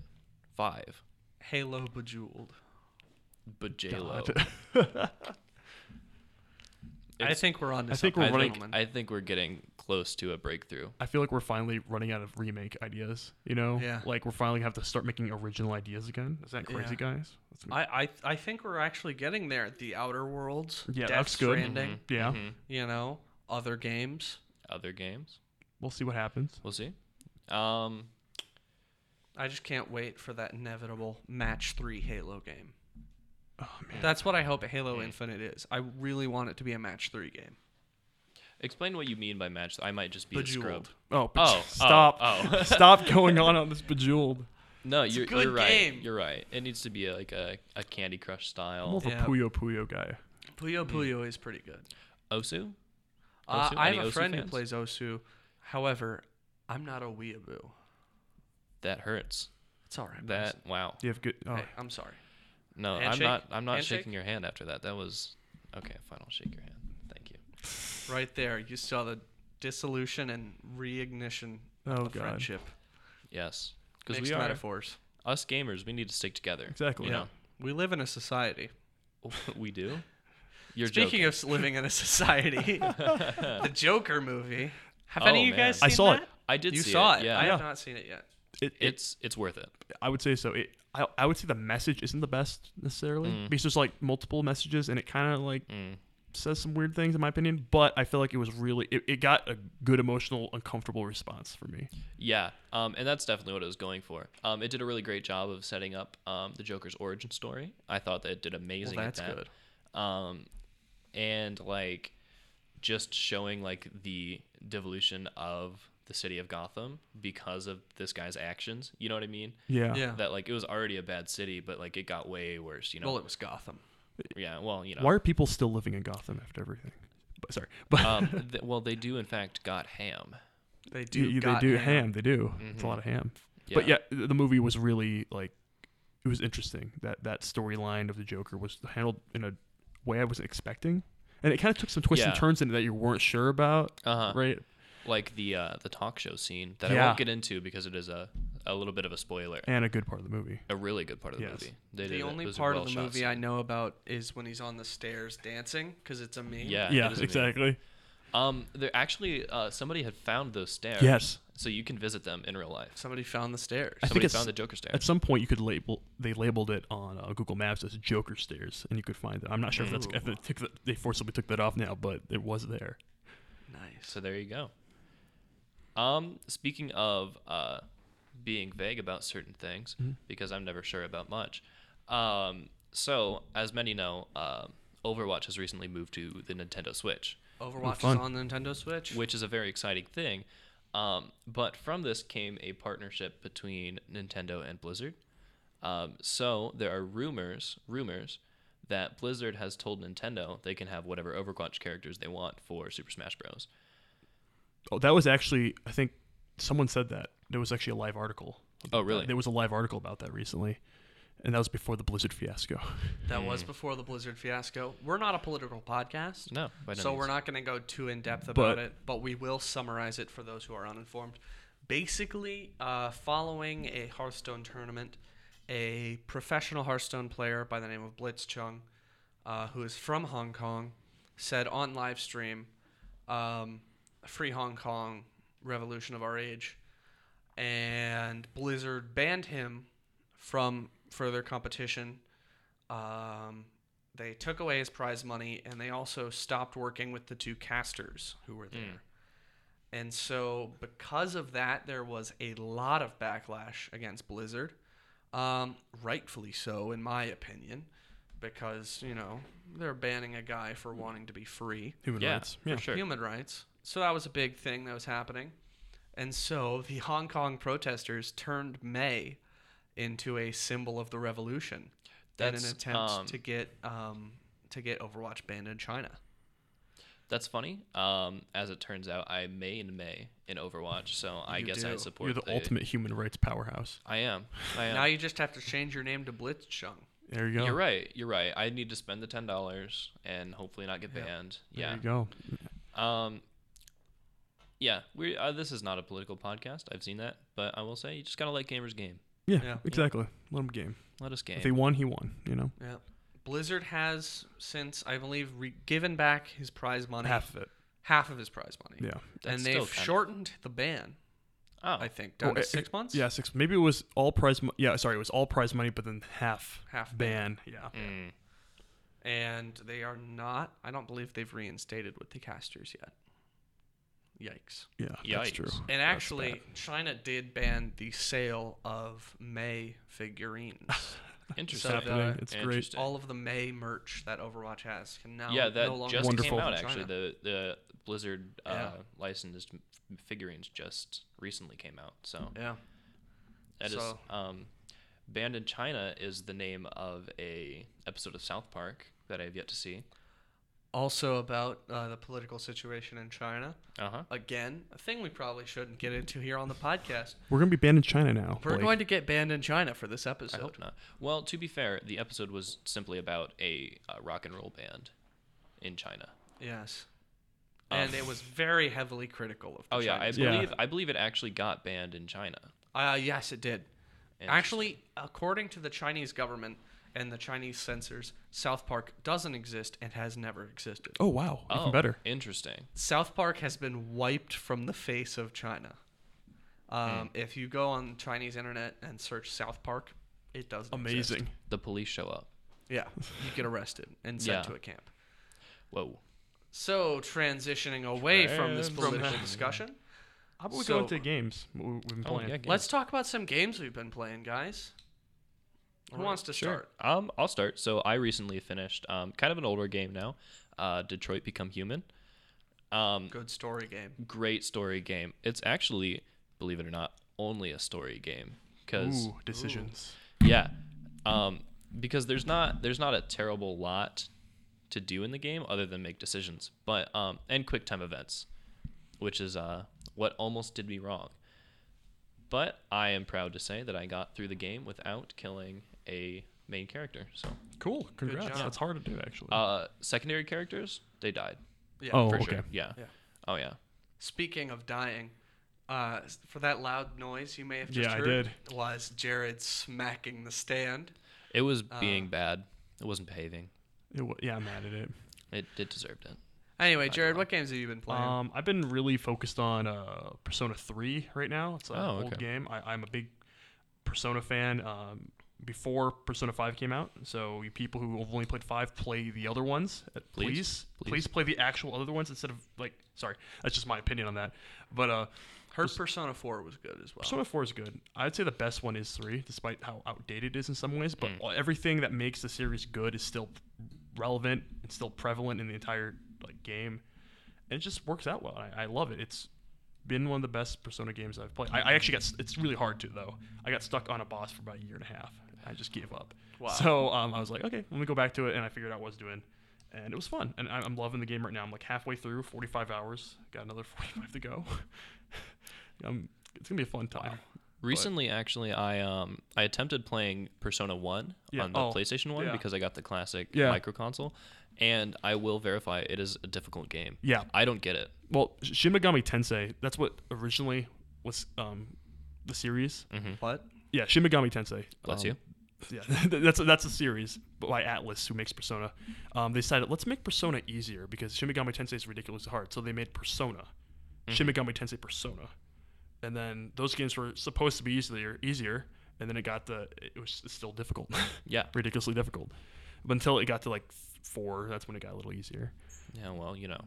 [SPEAKER 4] Five.
[SPEAKER 2] [laughs] Halo Bejeweled.
[SPEAKER 4] Bejalo.
[SPEAKER 2] I
[SPEAKER 4] [laughs] It's-
[SPEAKER 2] think we're on.
[SPEAKER 3] I think we're
[SPEAKER 4] I
[SPEAKER 3] running-
[SPEAKER 4] think, I think we're getting close to a breakthrough.
[SPEAKER 3] I feel like we're finally running out of remake ideas. You know,
[SPEAKER 2] Yeah.
[SPEAKER 3] Like we're finally have to start making original ideas again. Is that crazy,
[SPEAKER 2] Yeah.
[SPEAKER 3] guys? That's
[SPEAKER 2] I, I I think we're actually getting there. The Outer Worlds.
[SPEAKER 3] Yeah,
[SPEAKER 2] Death
[SPEAKER 3] that's good.
[SPEAKER 2] Stranding.
[SPEAKER 3] Yeah,
[SPEAKER 4] Mm-hmm.
[SPEAKER 2] You know, other games.
[SPEAKER 4] Other games,
[SPEAKER 3] we'll see what happens.
[SPEAKER 4] we'll see. Um,
[SPEAKER 2] I just can't wait for that inevitable match three Halo game.
[SPEAKER 3] Oh man,
[SPEAKER 2] That's what I hope Halo Infinite is. I really want it to be a match three game.
[SPEAKER 4] explain what you mean by match. I might just be a scrub.
[SPEAKER 2] Bejeweled.
[SPEAKER 3] oh, but
[SPEAKER 4] Oh, oh,
[SPEAKER 3] [laughs] stop,
[SPEAKER 4] oh.
[SPEAKER 3] stop going on on this
[SPEAKER 4] [laughs]
[SPEAKER 3] bejeweled.
[SPEAKER 4] No,
[SPEAKER 2] a
[SPEAKER 4] you're,
[SPEAKER 2] good
[SPEAKER 4] you're right.
[SPEAKER 2] game.
[SPEAKER 4] You're right. It needs to be a, like a, a Candy Crush
[SPEAKER 3] I'm more
[SPEAKER 4] style.
[SPEAKER 3] of a
[SPEAKER 2] Yeah.
[SPEAKER 3] Puyo Puyo guy.
[SPEAKER 2] Puyo Puyo is pretty good.
[SPEAKER 4] Osu.
[SPEAKER 2] Uh,
[SPEAKER 4] Mm. Osu?
[SPEAKER 2] I
[SPEAKER 4] Any
[SPEAKER 2] have a
[SPEAKER 4] Osu
[SPEAKER 2] friend who
[SPEAKER 4] fans?
[SPEAKER 2] plays Osu. However, I'm not a weeaboo.
[SPEAKER 4] That hurts.
[SPEAKER 2] It's all right.
[SPEAKER 4] That
[SPEAKER 2] Bryson.
[SPEAKER 4] wow.
[SPEAKER 3] Do you have good? Oh,
[SPEAKER 2] Hey, I'm sorry.
[SPEAKER 4] No,
[SPEAKER 2] Handshake?
[SPEAKER 4] I'm not. I'm not
[SPEAKER 2] Handshake?
[SPEAKER 4] shaking your hand after that. That was okay. Fine, I'll shake your hand. Thank you.
[SPEAKER 2] Right there, you saw the dissolution and reignition of
[SPEAKER 3] Oh,
[SPEAKER 2] the
[SPEAKER 3] God.
[SPEAKER 2] friendship.
[SPEAKER 4] Yes, because
[SPEAKER 2] Mixed
[SPEAKER 4] we are
[SPEAKER 2] metaphors.
[SPEAKER 4] us gamers. We need to stick together.
[SPEAKER 3] exactly.
[SPEAKER 4] You
[SPEAKER 2] Yeah. We live in a society.
[SPEAKER 4] know? [laughs] we do.
[SPEAKER 2] [laughs]
[SPEAKER 4] You're
[SPEAKER 2] Speaking
[SPEAKER 4] joking.
[SPEAKER 2] of [laughs]
[SPEAKER 4] [laughs]
[SPEAKER 2] s- living in a society, the Joker movie. Have
[SPEAKER 4] Oh,
[SPEAKER 2] any of you
[SPEAKER 4] man.
[SPEAKER 2] guys seen
[SPEAKER 3] I saw
[SPEAKER 2] that?
[SPEAKER 3] it.
[SPEAKER 4] I did.
[SPEAKER 2] you
[SPEAKER 4] see
[SPEAKER 2] saw
[SPEAKER 4] it. Yeah,
[SPEAKER 2] I have
[SPEAKER 3] Yeah.
[SPEAKER 2] not seen it yet.
[SPEAKER 3] It, it,
[SPEAKER 4] it's it's worth it.
[SPEAKER 3] I would say so. It, I, I would say the message isn't the best necessarily
[SPEAKER 4] Mm.
[SPEAKER 3] because there's like multiple messages and it kind of like says some weird things in my opinion. But I feel like it was really it, it got a good emotional uncomfortable response for me.
[SPEAKER 4] Yeah, um, and that's definitely what it was going for. Um, it did a really great job of setting up um, the Joker's origin story. I thought that it did amazing.
[SPEAKER 2] that's
[SPEAKER 4] at that. good. Um, and like, just showing like the devolution of the city of Gotham because of this guy's actions. You know what I mean?
[SPEAKER 3] Yeah.
[SPEAKER 2] Yeah.
[SPEAKER 4] That like it was already a bad city, but like it got way worse. You know?
[SPEAKER 2] Well, it was Gotham.
[SPEAKER 4] yeah. Well, you know.
[SPEAKER 3] Why are people still living in Gotham after everything? But, sorry, [laughs] but
[SPEAKER 4] um, th- well, they do in fact got ham.
[SPEAKER 2] They do.
[SPEAKER 3] you- you- they
[SPEAKER 2] got
[SPEAKER 3] do ham.
[SPEAKER 2] ham.
[SPEAKER 3] They do. It's a lot of ham. But yeah,
[SPEAKER 4] Yeah.
[SPEAKER 3] th- the movie was really like it was interesting. That that storyline of the Joker was handled in a way I wasn't expecting, and it kind of took some twists and
[SPEAKER 4] Yeah.
[SPEAKER 3] turns in it that you weren't sure about.
[SPEAKER 4] Uh-huh.
[SPEAKER 3] Right.
[SPEAKER 4] Like the uh, the talk show scene that I
[SPEAKER 3] Yeah.
[SPEAKER 4] won't get into because it is a a little bit of a spoiler.
[SPEAKER 3] And a good part of the movie.
[SPEAKER 4] a really good part of the
[SPEAKER 3] Yes.
[SPEAKER 4] movie. They did
[SPEAKER 2] The
[SPEAKER 4] it. It
[SPEAKER 2] only
[SPEAKER 4] was a
[SPEAKER 2] part of the
[SPEAKER 4] well-shot
[SPEAKER 2] movie
[SPEAKER 4] scene.
[SPEAKER 2] I know about is when he's on the stairs dancing because it's a meme.
[SPEAKER 4] Yeah,
[SPEAKER 3] Yeah,
[SPEAKER 4] it is amazing.
[SPEAKER 3] exactly.
[SPEAKER 4] Um, there actually, uh, somebody had found those stairs.
[SPEAKER 3] Yes.
[SPEAKER 4] So you can visit them in real life.
[SPEAKER 2] Somebody found the stairs.
[SPEAKER 3] I think
[SPEAKER 4] Somebody
[SPEAKER 3] it's-
[SPEAKER 4] found the Joker stairs.
[SPEAKER 3] At some point, you could label. They labeled it on uh, Google Maps as Joker Stairs, and you could find it. I'm not sure if that's if they, took that they forcibly took that off now, but it was there.
[SPEAKER 2] Nice.
[SPEAKER 4] So there you go. Um, speaking of uh, being vague about certain things,
[SPEAKER 3] Mm-hmm.
[SPEAKER 4] because I'm never sure about much. Um, so as many know, um Overwatch has recently moved to the Nintendo Switch.
[SPEAKER 2] Overwatch is
[SPEAKER 3] fun.
[SPEAKER 2] on the Nintendo Switch.
[SPEAKER 4] which is a very exciting thing. Um, but from this came a partnership between Nintendo and Blizzard. Um, so there are rumors, rumors that Blizzard has told Nintendo they can have whatever Overwatch characters they want for Super Smash Bros.
[SPEAKER 3] Oh, that was actually I think someone said that there was actually a live article.
[SPEAKER 4] Oh, really?
[SPEAKER 3] There was a live article about that recently, and that was before the Blizzard fiasco. [laughs]
[SPEAKER 2] That
[SPEAKER 4] Mm.
[SPEAKER 2] was before the Blizzard fiasco. We're not a political podcast.
[SPEAKER 4] No, by no
[SPEAKER 2] so we're
[SPEAKER 4] means.
[SPEAKER 2] not going to go too in depth about
[SPEAKER 3] But-
[SPEAKER 2] it, but we will summarize it for those who are uninformed. Basically, uh, following a Hearthstone tournament, a professional Hearthstone player by the name of Blitz Chung, uh, who is from Hong Kong, said on live stream, um, "Free Hong Kong, revolution of our age," and Blizzard banned him from further competition. Um, they took away his prize money and they also stopped working with the two casters who were there. And so, because of that, there was a lot of backlash against Blizzard. Um, rightfully so, in my opinion, because, you know, they're banning a guy for wanting to be free
[SPEAKER 3] Human
[SPEAKER 4] yeah,
[SPEAKER 3] rights. Yeah.
[SPEAKER 4] for sure.
[SPEAKER 2] human rights. So that was a big thing that was happening. And so [laughs] the Hong Kong protesters turned May into a symbol of the revolution in
[SPEAKER 4] That's,
[SPEAKER 2] an attempt
[SPEAKER 4] um,
[SPEAKER 2] to get um, to get Overwatch banned in China.
[SPEAKER 4] That's funny. Um, as it turns out, I may and may in Overwatch, so I
[SPEAKER 2] You
[SPEAKER 4] guess I
[SPEAKER 2] do.
[SPEAKER 4] support.
[SPEAKER 3] You're the ultimate human rights powerhouse.
[SPEAKER 4] I am. I am.
[SPEAKER 2] Now you just have to change your name to Blitzchung.
[SPEAKER 3] There you go.
[SPEAKER 4] You're right. You're right. I need to spend the ten dollars and hopefully not get banned.
[SPEAKER 3] There
[SPEAKER 4] Yeah.
[SPEAKER 3] you go.
[SPEAKER 4] Um, yeah, we uh, this is not a political podcast. I've seen that, but I will say you just gotta let gamers game.
[SPEAKER 3] Yeah,
[SPEAKER 2] Yeah.
[SPEAKER 3] exactly. Let him game.
[SPEAKER 4] Let us
[SPEAKER 3] If he
[SPEAKER 4] game.
[SPEAKER 3] won, he won. You know,
[SPEAKER 2] Yeah. Blizzard has since I believe re- given back his prize money,
[SPEAKER 3] half of it.
[SPEAKER 2] half of his prize money.
[SPEAKER 3] Yeah.
[SPEAKER 4] That's
[SPEAKER 2] and
[SPEAKER 4] still
[SPEAKER 2] they've
[SPEAKER 4] kinda-
[SPEAKER 2] shortened the ban,
[SPEAKER 4] Oh,
[SPEAKER 2] I think, down
[SPEAKER 3] Oh,
[SPEAKER 2] to
[SPEAKER 3] eh,
[SPEAKER 2] 6
[SPEAKER 3] eh,
[SPEAKER 2] months.
[SPEAKER 3] Yeah, six. Maybe it was all prize. Mo- yeah, sorry, it was all prize money, but then half
[SPEAKER 2] Half
[SPEAKER 3] ban. Yeah.
[SPEAKER 4] mm,
[SPEAKER 2] and they are not i don't believe they've reinstated with the casters yet yikes
[SPEAKER 3] Yeah, that's
[SPEAKER 4] Yikes.
[SPEAKER 3] true.
[SPEAKER 2] and actually china did ban the sale of may figurines
[SPEAKER 4] [laughs]
[SPEAKER 3] It's
[SPEAKER 4] interesting.
[SPEAKER 2] so
[SPEAKER 3] happening.
[SPEAKER 2] the-
[SPEAKER 3] It's great.
[SPEAKER 4] Interesting.
[SPEAKER 2] all of the may merch that overwatch has can now
[SPEAKER 4] yeah, that
[SPEAKER 2] no longer
[SPEAKER 4] just
[SPEAKER 2] be
[SPEAKER 3] Wonderful.
[SPEAKER 4] came
[SPEAKER 2] sold
[SPEAKER 4] out
[SPEAKER 2] in
[SPEAKER 4] actually.
[SPEAKER 2] China.
[SPEAKER 4] The the Blizzard uh,
[SPEAKER 2] Yeah.
[SPEAKER 4] licensed f- figurines just recently came out. So
[SPEAKER 2] yeah
[SPEAKER 4] that is
[SPEAKER 2] Mm, So-
[SPEAKER 4] um, banned in China is the name of a episode of South Park that I have yet to see.
[SPEAKER 2] also about uh, the political situation in china
[SPEAKER 4] Uh huh.
[SPEAKER 2] again a thing we probably shouldn't get into here on the podcast
[SPEAKER 3] We're gonna be banned in China now.
[SPEAKER 2] we're
[SPEAKER 3] Blake.
[SPEAKER 2] going to get banned in china for this
[SPEAKER 4] I
[SPEAKER 2] episode
[SPEAKER 4] hope not. Well, to be fair, the episode was simply about a uh, rock and roll band in China.
[SPEAKER 2] yes
[SPEAKER 4] Um,
[SPEAKER 2] and it was very heavily critical of the
[SPEAKER 4] Oh yeah, I
[SPEAKER 2] Chinese.
[SPEAKER 3] Yeah.
[SPEAKER 4] believe I believe it actually got banned in China.
[SPEAKER 2] Uh, yes, it did.
[SPEAKER 4] And-
[SPEAKER 2] Actually, according to the Chinese government and the Chinese censors, South Park doesn't exist and has never existed.
[SPEAKER 3] Oh wow,
[SPEAKER 4] oh,
[SPEAKER 3] even better.
[SPEAKER 4] Interesting.
[SPEAKER 2] South Park has been wiped from the face of China. Um, If you go on Chinese internet and search South Park, it doesn't. exist.
[SPEAKER 3] Amazing.
[SPEAKER 4] The police show up.
[SPEAKER 2] Yeah, you get arrested and sent
[SPEAKER 4] Yeah.
[SPEAKER 2] to a camp.
[SPEAKER 4] Whoa.
[SPEAKER 2] So transitioning away from this
[SPEAKER 3] Trans-
[SPEAKER 2] political discussion,
[SPEAKER 3] How about we
[SPEAKER 2] So-
[SPEAKER 3] go into games we- we've been
[SPEAKER 4] Oh,
[SPEAKER 3] playing?
[SPEAKER 4] yeah,
[SPEAKER 2] let's talk about some games we've been playing, guys. Who wants to
[SPEAKER 4] Sure.
[SPEAKER 2] start?
[SPEAKER 4] Um, I'll start. So I recently finished um, kind of an older game now, uh, Detroit Become Human. Um,
[SPEAKER 2] Good story game.
[SPEAKER 4] great story game. It's actually, believe it or not, only a story game because
[SPEAKER 3] Ooh, decisions.
[SPEAKER 4] yeah, um, because there's not there's not a terrible lot to do in the game other than make decisions, but um, and quick time events, which is uh, what almost did me wrong. But I am proud to say that I got through the game without killing a main character. So
[SPEAKER 3] Cool. Congrats.
[SPEAKER 2] job.
[SPEAKER 3] That's hard to do, actually.
[SPEAKER 4] uh, secondary characters, they died.
[SPEAKER 2] Yeah.
[SPEAKER 3] oh,
[SPEAKER 4] For
[SPEAKER 3] okay.
[SPEAKER 4] sure. Yeah.
[SPEAKER 2] Yeah.
[SPEAKER 4] Oh yeah.
[SPEAKER 2] Speaking of dying, uh, s- for that loud noise you may have just
[SPEAKER 3] Yeah, I
[SPEAKER 2] heard,
[SPEAKER 3] did.
[SPEAKER 2] was Jared smacking the stand.
[SPEAKER 4] It was being bad. It wasn't behaving.
[SPEAKER 3] It wa- yeah, I'm mad at it.
[SPEAKER 4] It it deserved it.
[SPEAKER 2] Anyway, Jared, what games have you been playing?
[SPEAKER 3] Um, I've been really focused on uh, Persona 3 right now. It's an
[SPEAKER 4] Oh,
[SPEAKER 3] old
[SPEAKER 4] okay.
[SPEAKER 3] game. I, I'm a big Persona fan. Um, before Persona 5 came out, so you people who have only played 5, play the other ones. uh,
[SPEAKER 4] Please,
[SPEAKER 3] Please,
[SPEAKER 4] please.
[SPEAKER 3] please, play the actual other ones instead of, like, sorry, that's just my opinion on that. But uh,
[SPEAKER 2] Her Persona 4 was good as well.
[SPEAKER 3] Persona 4 is good. I'd say the best one is 3, despite how outdated it is in some ways, but all- everything that makes the series good is still relevant and still prevalent in the entire like game. And it just works out well. I, I love it. It's been one of the best Persona games I've played. I, I actually got, s- it's really hard to, though. I got stuck on a boss for about a year and a half. I just gave up.
[SPEAKER 2] Wow.
[SPEAKER 3] So um, I was like, okay, let me go back to it, and I figured out what I was doing. And it was fun. And I, I'm loving the game right now. I'm like halfway through, 45 hours. Got another [laughs] 45 to go. um, it's going to be a fun time.
[SPEAKER 4] Recently, actually, I um I attempted playing Persona One
[SPEAKER 3] Yeah.
[SPEAKER 4] on the
[SPEAKER 3] Oh,
[SPEAKER 4] PlayStation One
[SPEAKER 3] yeah.
[SPEAKER 4] because I got the classic
[SPEAKER 3] Yeah.
[SPEAKER 4] micro console, and I will verify it is a difficult game.
[SPEAKER 3] Yeah.
[SPEAKER 4] I don't get it.
[SPEAKER 3] Well, Sh- Shin Megami Tensei, that's what originally was um, the series.
[SPEAKER 2] What?
[SPEAKER 3] Yeah, Shin Megami Tensei.
[SPEAKER 4] Bless
[SPEAKER 3] Um,
[SPEAKER 4] you.
[SPEAKER 3] Yeah, [laughs] that's that's a series by Atlas who makes Persona. Um, they decided let's make Persona easier because Shin Megami Tensei is ridiculously hard. So they made Persona,
[SPEAKER 4] Mm-hmm.
[SPEAKER 3] Shin Megami Tensei Persona, and then those games were supposed to be easier, easier, and then it got the it was it's still difficult, [laughs]
[SPEAKER 4] Yeah.
[SPEAKER 3] ridiculously difficult. But until it got to like four, that's when it got a little easier.
[SPEAKER 4] Yeah. Well, you know,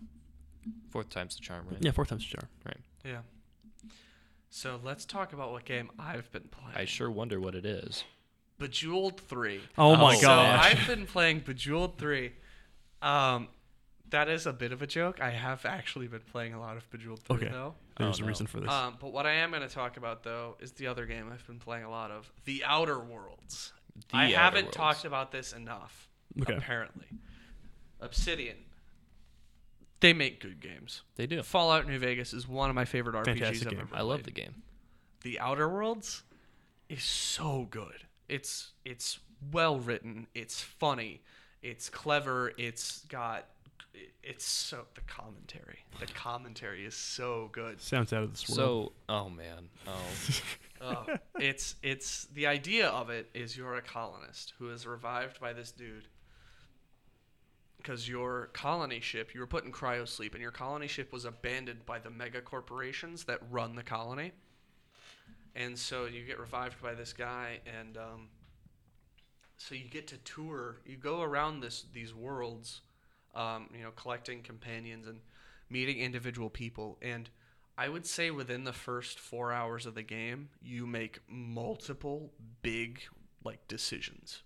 [SPEAKER 4] fourth time's the charm, right?
[SPEAKER 3] Yeah, four times charm.
[SPEAKER 4] Right.
[SPEAKER 2] Yeah. So let's talk about what game I've been playing.
[SPEAKER 4] I sure wonder what it is.
[SPEAKER 2] Bejeweled 3.
[SPEAKER 3] Oh
[SPEAKER 4] my
[SPEAKER 3] my
[SPEAKER 4] Oh.
[SPEAKER 2] So
[SPEAKER 4] gosh.
[SPEAKER 3] gosh!
[SPEAKER 2] I've been playing Bejeweled 3. Um, that is a bit of a joke. I have actually been playing a lot of Bejeweled 3,
[SPEAKER 3] okay,
[SPEAKER 2] though.
[SPEAKER 3] there's a
[SPEAKER 4] Oh, no.
[SPEAKER 3] reason for this.
[SPEAKER 2] Um, but what I am going to talk about, though, is the other game I've been playing a lot of The Outer Worlds.
[SPEAKER 4] The
[SPEAKER 2] I
[SPEAKER 4] Outer
[SPEAKER 2] haven't
[SPEAKER 4] Worlds.
[SPEAKER 2] talked about this enough,
[SPEAKER 3] Okay.
[SPEAKER 2] apparently. Obsidian. They make good games.
[SPEAKER 4] They do.
[SPEAKER 2] Fallout New Vegas is one of my favorite RPGs
[SPEAKER 3] Fantastic
[SPEAKER 2] I've
[SPEAKER 3] game.
[SPEAKER 2] ever played.
[SPEAKER 4] I love the game.
[SPEAKER 2] The Outer Worlds is so good. It's it's well written. It's funny. It's clever. It's got it's so the commentary. The commentary is so good.
[SPEAKER 3] Sounds out of this world.
[SPEAKER 4] So, oh man, oh [laughs]
[SPEAKER 2] Oh, it's it's the idea of it is you're a colonist who is revived by this dude because your colony ship you were put in cryosleep and your colony ship was abandoned by the mega corporations that run the colony and so you get revived by this guy and um, so you get to tour you go around this these worlds um, you know collecting companions and meeting individual people and i would say within the first four hours of the game you make multiple big like decisions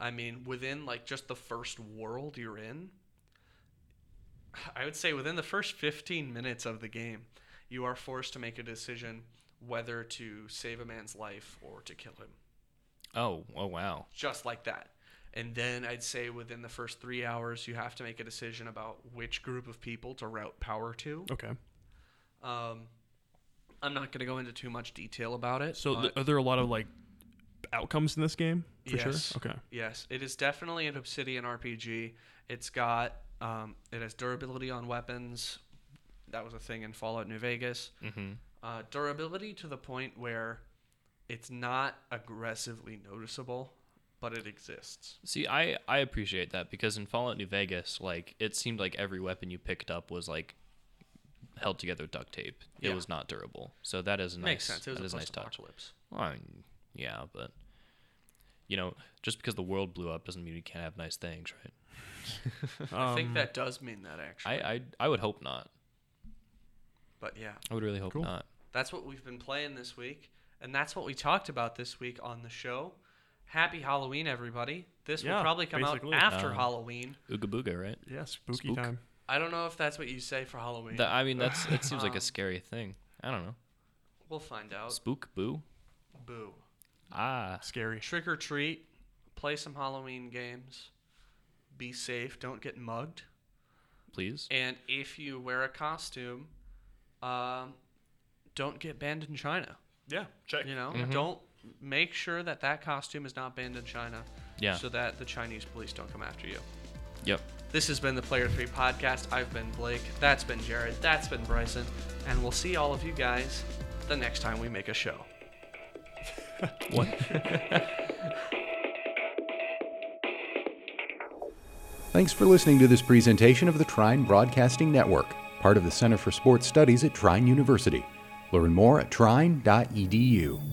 [SPEAKER 2] i mean within like just the first world you're in I would say within the first 15 minutes of the game, you are forced to make a decision whether to save a man's life or to kill him.
[SPEAKER 4] oh oh wow.
[SPEAKER 2] Just like that. And then I'd say within the first three hours, you have to make a decision about which group of people to route power to.
[SPEAKER 3] okay.
[SPEAKER 2] Um, I'm not going to go into too much detail about it.
[SPEAKER 3] So
[SPEAKER 2] but-
[SPEAKER 3] th- are there a lot of like outcomes in this game? For
[SPEAKER 2] Yes.
[SPEAKER 3] sure. Okay.
[SPEAKER 2] Yes, it is definitely an Obsidian RPG. It's got um, it has durability on weapons. That was a thing in Fallout New Vegas. Mm-hmm. Uh, durability to the point where it's not aggressively noticeable, but it exists.
[SPEAKER 4] See, I I appreciate that because in Fallout New Vegas, like it seemed like every weapon you picked up was like held together with duct tape. It
[SPEAKER 2] Yeah.
[SPEAKER 4] was not durable. So that is a nice.
[SPEAKER 2] Makes sense. It
[SPEAKER 4] that
[SPEAKER 2] was
[SPEAKER 4] is
[SPEAKER 2] a
[SPEAKER 4] a nice touch.
[SPEAKER 2] post-apocalypse.
[SPEAKER 4] Well, I mean, yeah, but you know, just because the world blew up doesn't mean you can't have nice things, right?
[SPEAKER 2] [laughs] I think
[SPEAKER 3] Um,
[SPEAKER 2] that does mean that actually.
[SPEAKER 4] I I, I would hope not.
[SPEAKER 2] but yeah,
[SPEAKER 4] I would really hope
[SPEAKER 1] Cool.
[SPEAKER 4] not.
[SPEAKER 2] that's what we've been playing this week, and that's what we talked about this week on the show. Happy Halloween, everybody! This will
[SPEAKER 3] Yeah,
[SPEAKER 2] probably come out
[SPEAKER 3] basically.
[SPEAKER 2] after
[SPEAKER 4] Um,
[SPEAKER 2] Halloween.
[SPEAKER 4] Ooga booga, right?
[SPEAKER 3] Yeah, spooky
[SPEAKER 4] Spook.
[SPEAKER 3] time.
[SPEAKER 2] I don't know if that's what you say for Halloween.
[SPEAKER 4] That, I mean, that's it seems
[SPEAKER 2] [laughs]
[SPEAKER 4] like
[SPEAKER 2] Um,
[SPEAKER 4] a scary thing. I don't know.
[SPEAKER 2] we'll find out.
[SPEAKER 4] Spook boo.
[SPEAKER 2] Oh. Boo.
[SPEAKER 4] Ah,
[SPEAKER 3] Scary.
[SPEAKER 2] Trick or treat. Play some Halloween games. Be safe. Don't get mugged.
[SPEAKER 4] please.
[SPEAKER 2] And if you wear a costume, um, don't get banned in China.
[SPEAKER 3] Yeah, check.
[SPEAKER 2] You know, don't make sure that that costume is not banned in China.
[SPEAKER 4] Yeah.
[SPEAKER 2] So that the Chinese police don't come after you.
[SPEAKER 4] Yep.
[SPEAKER 2] This has been the Player 3 podcast. I've been Blake. That's been Jared. That's been Bryson. And we'll see all of you guys the next time we make a show.
[SPEAKER 1] Thanks for listening to this presentation of the Trine Broadcasting Network, E part of the Center for Sports Studies at Trine University. Learn more at trine.edu.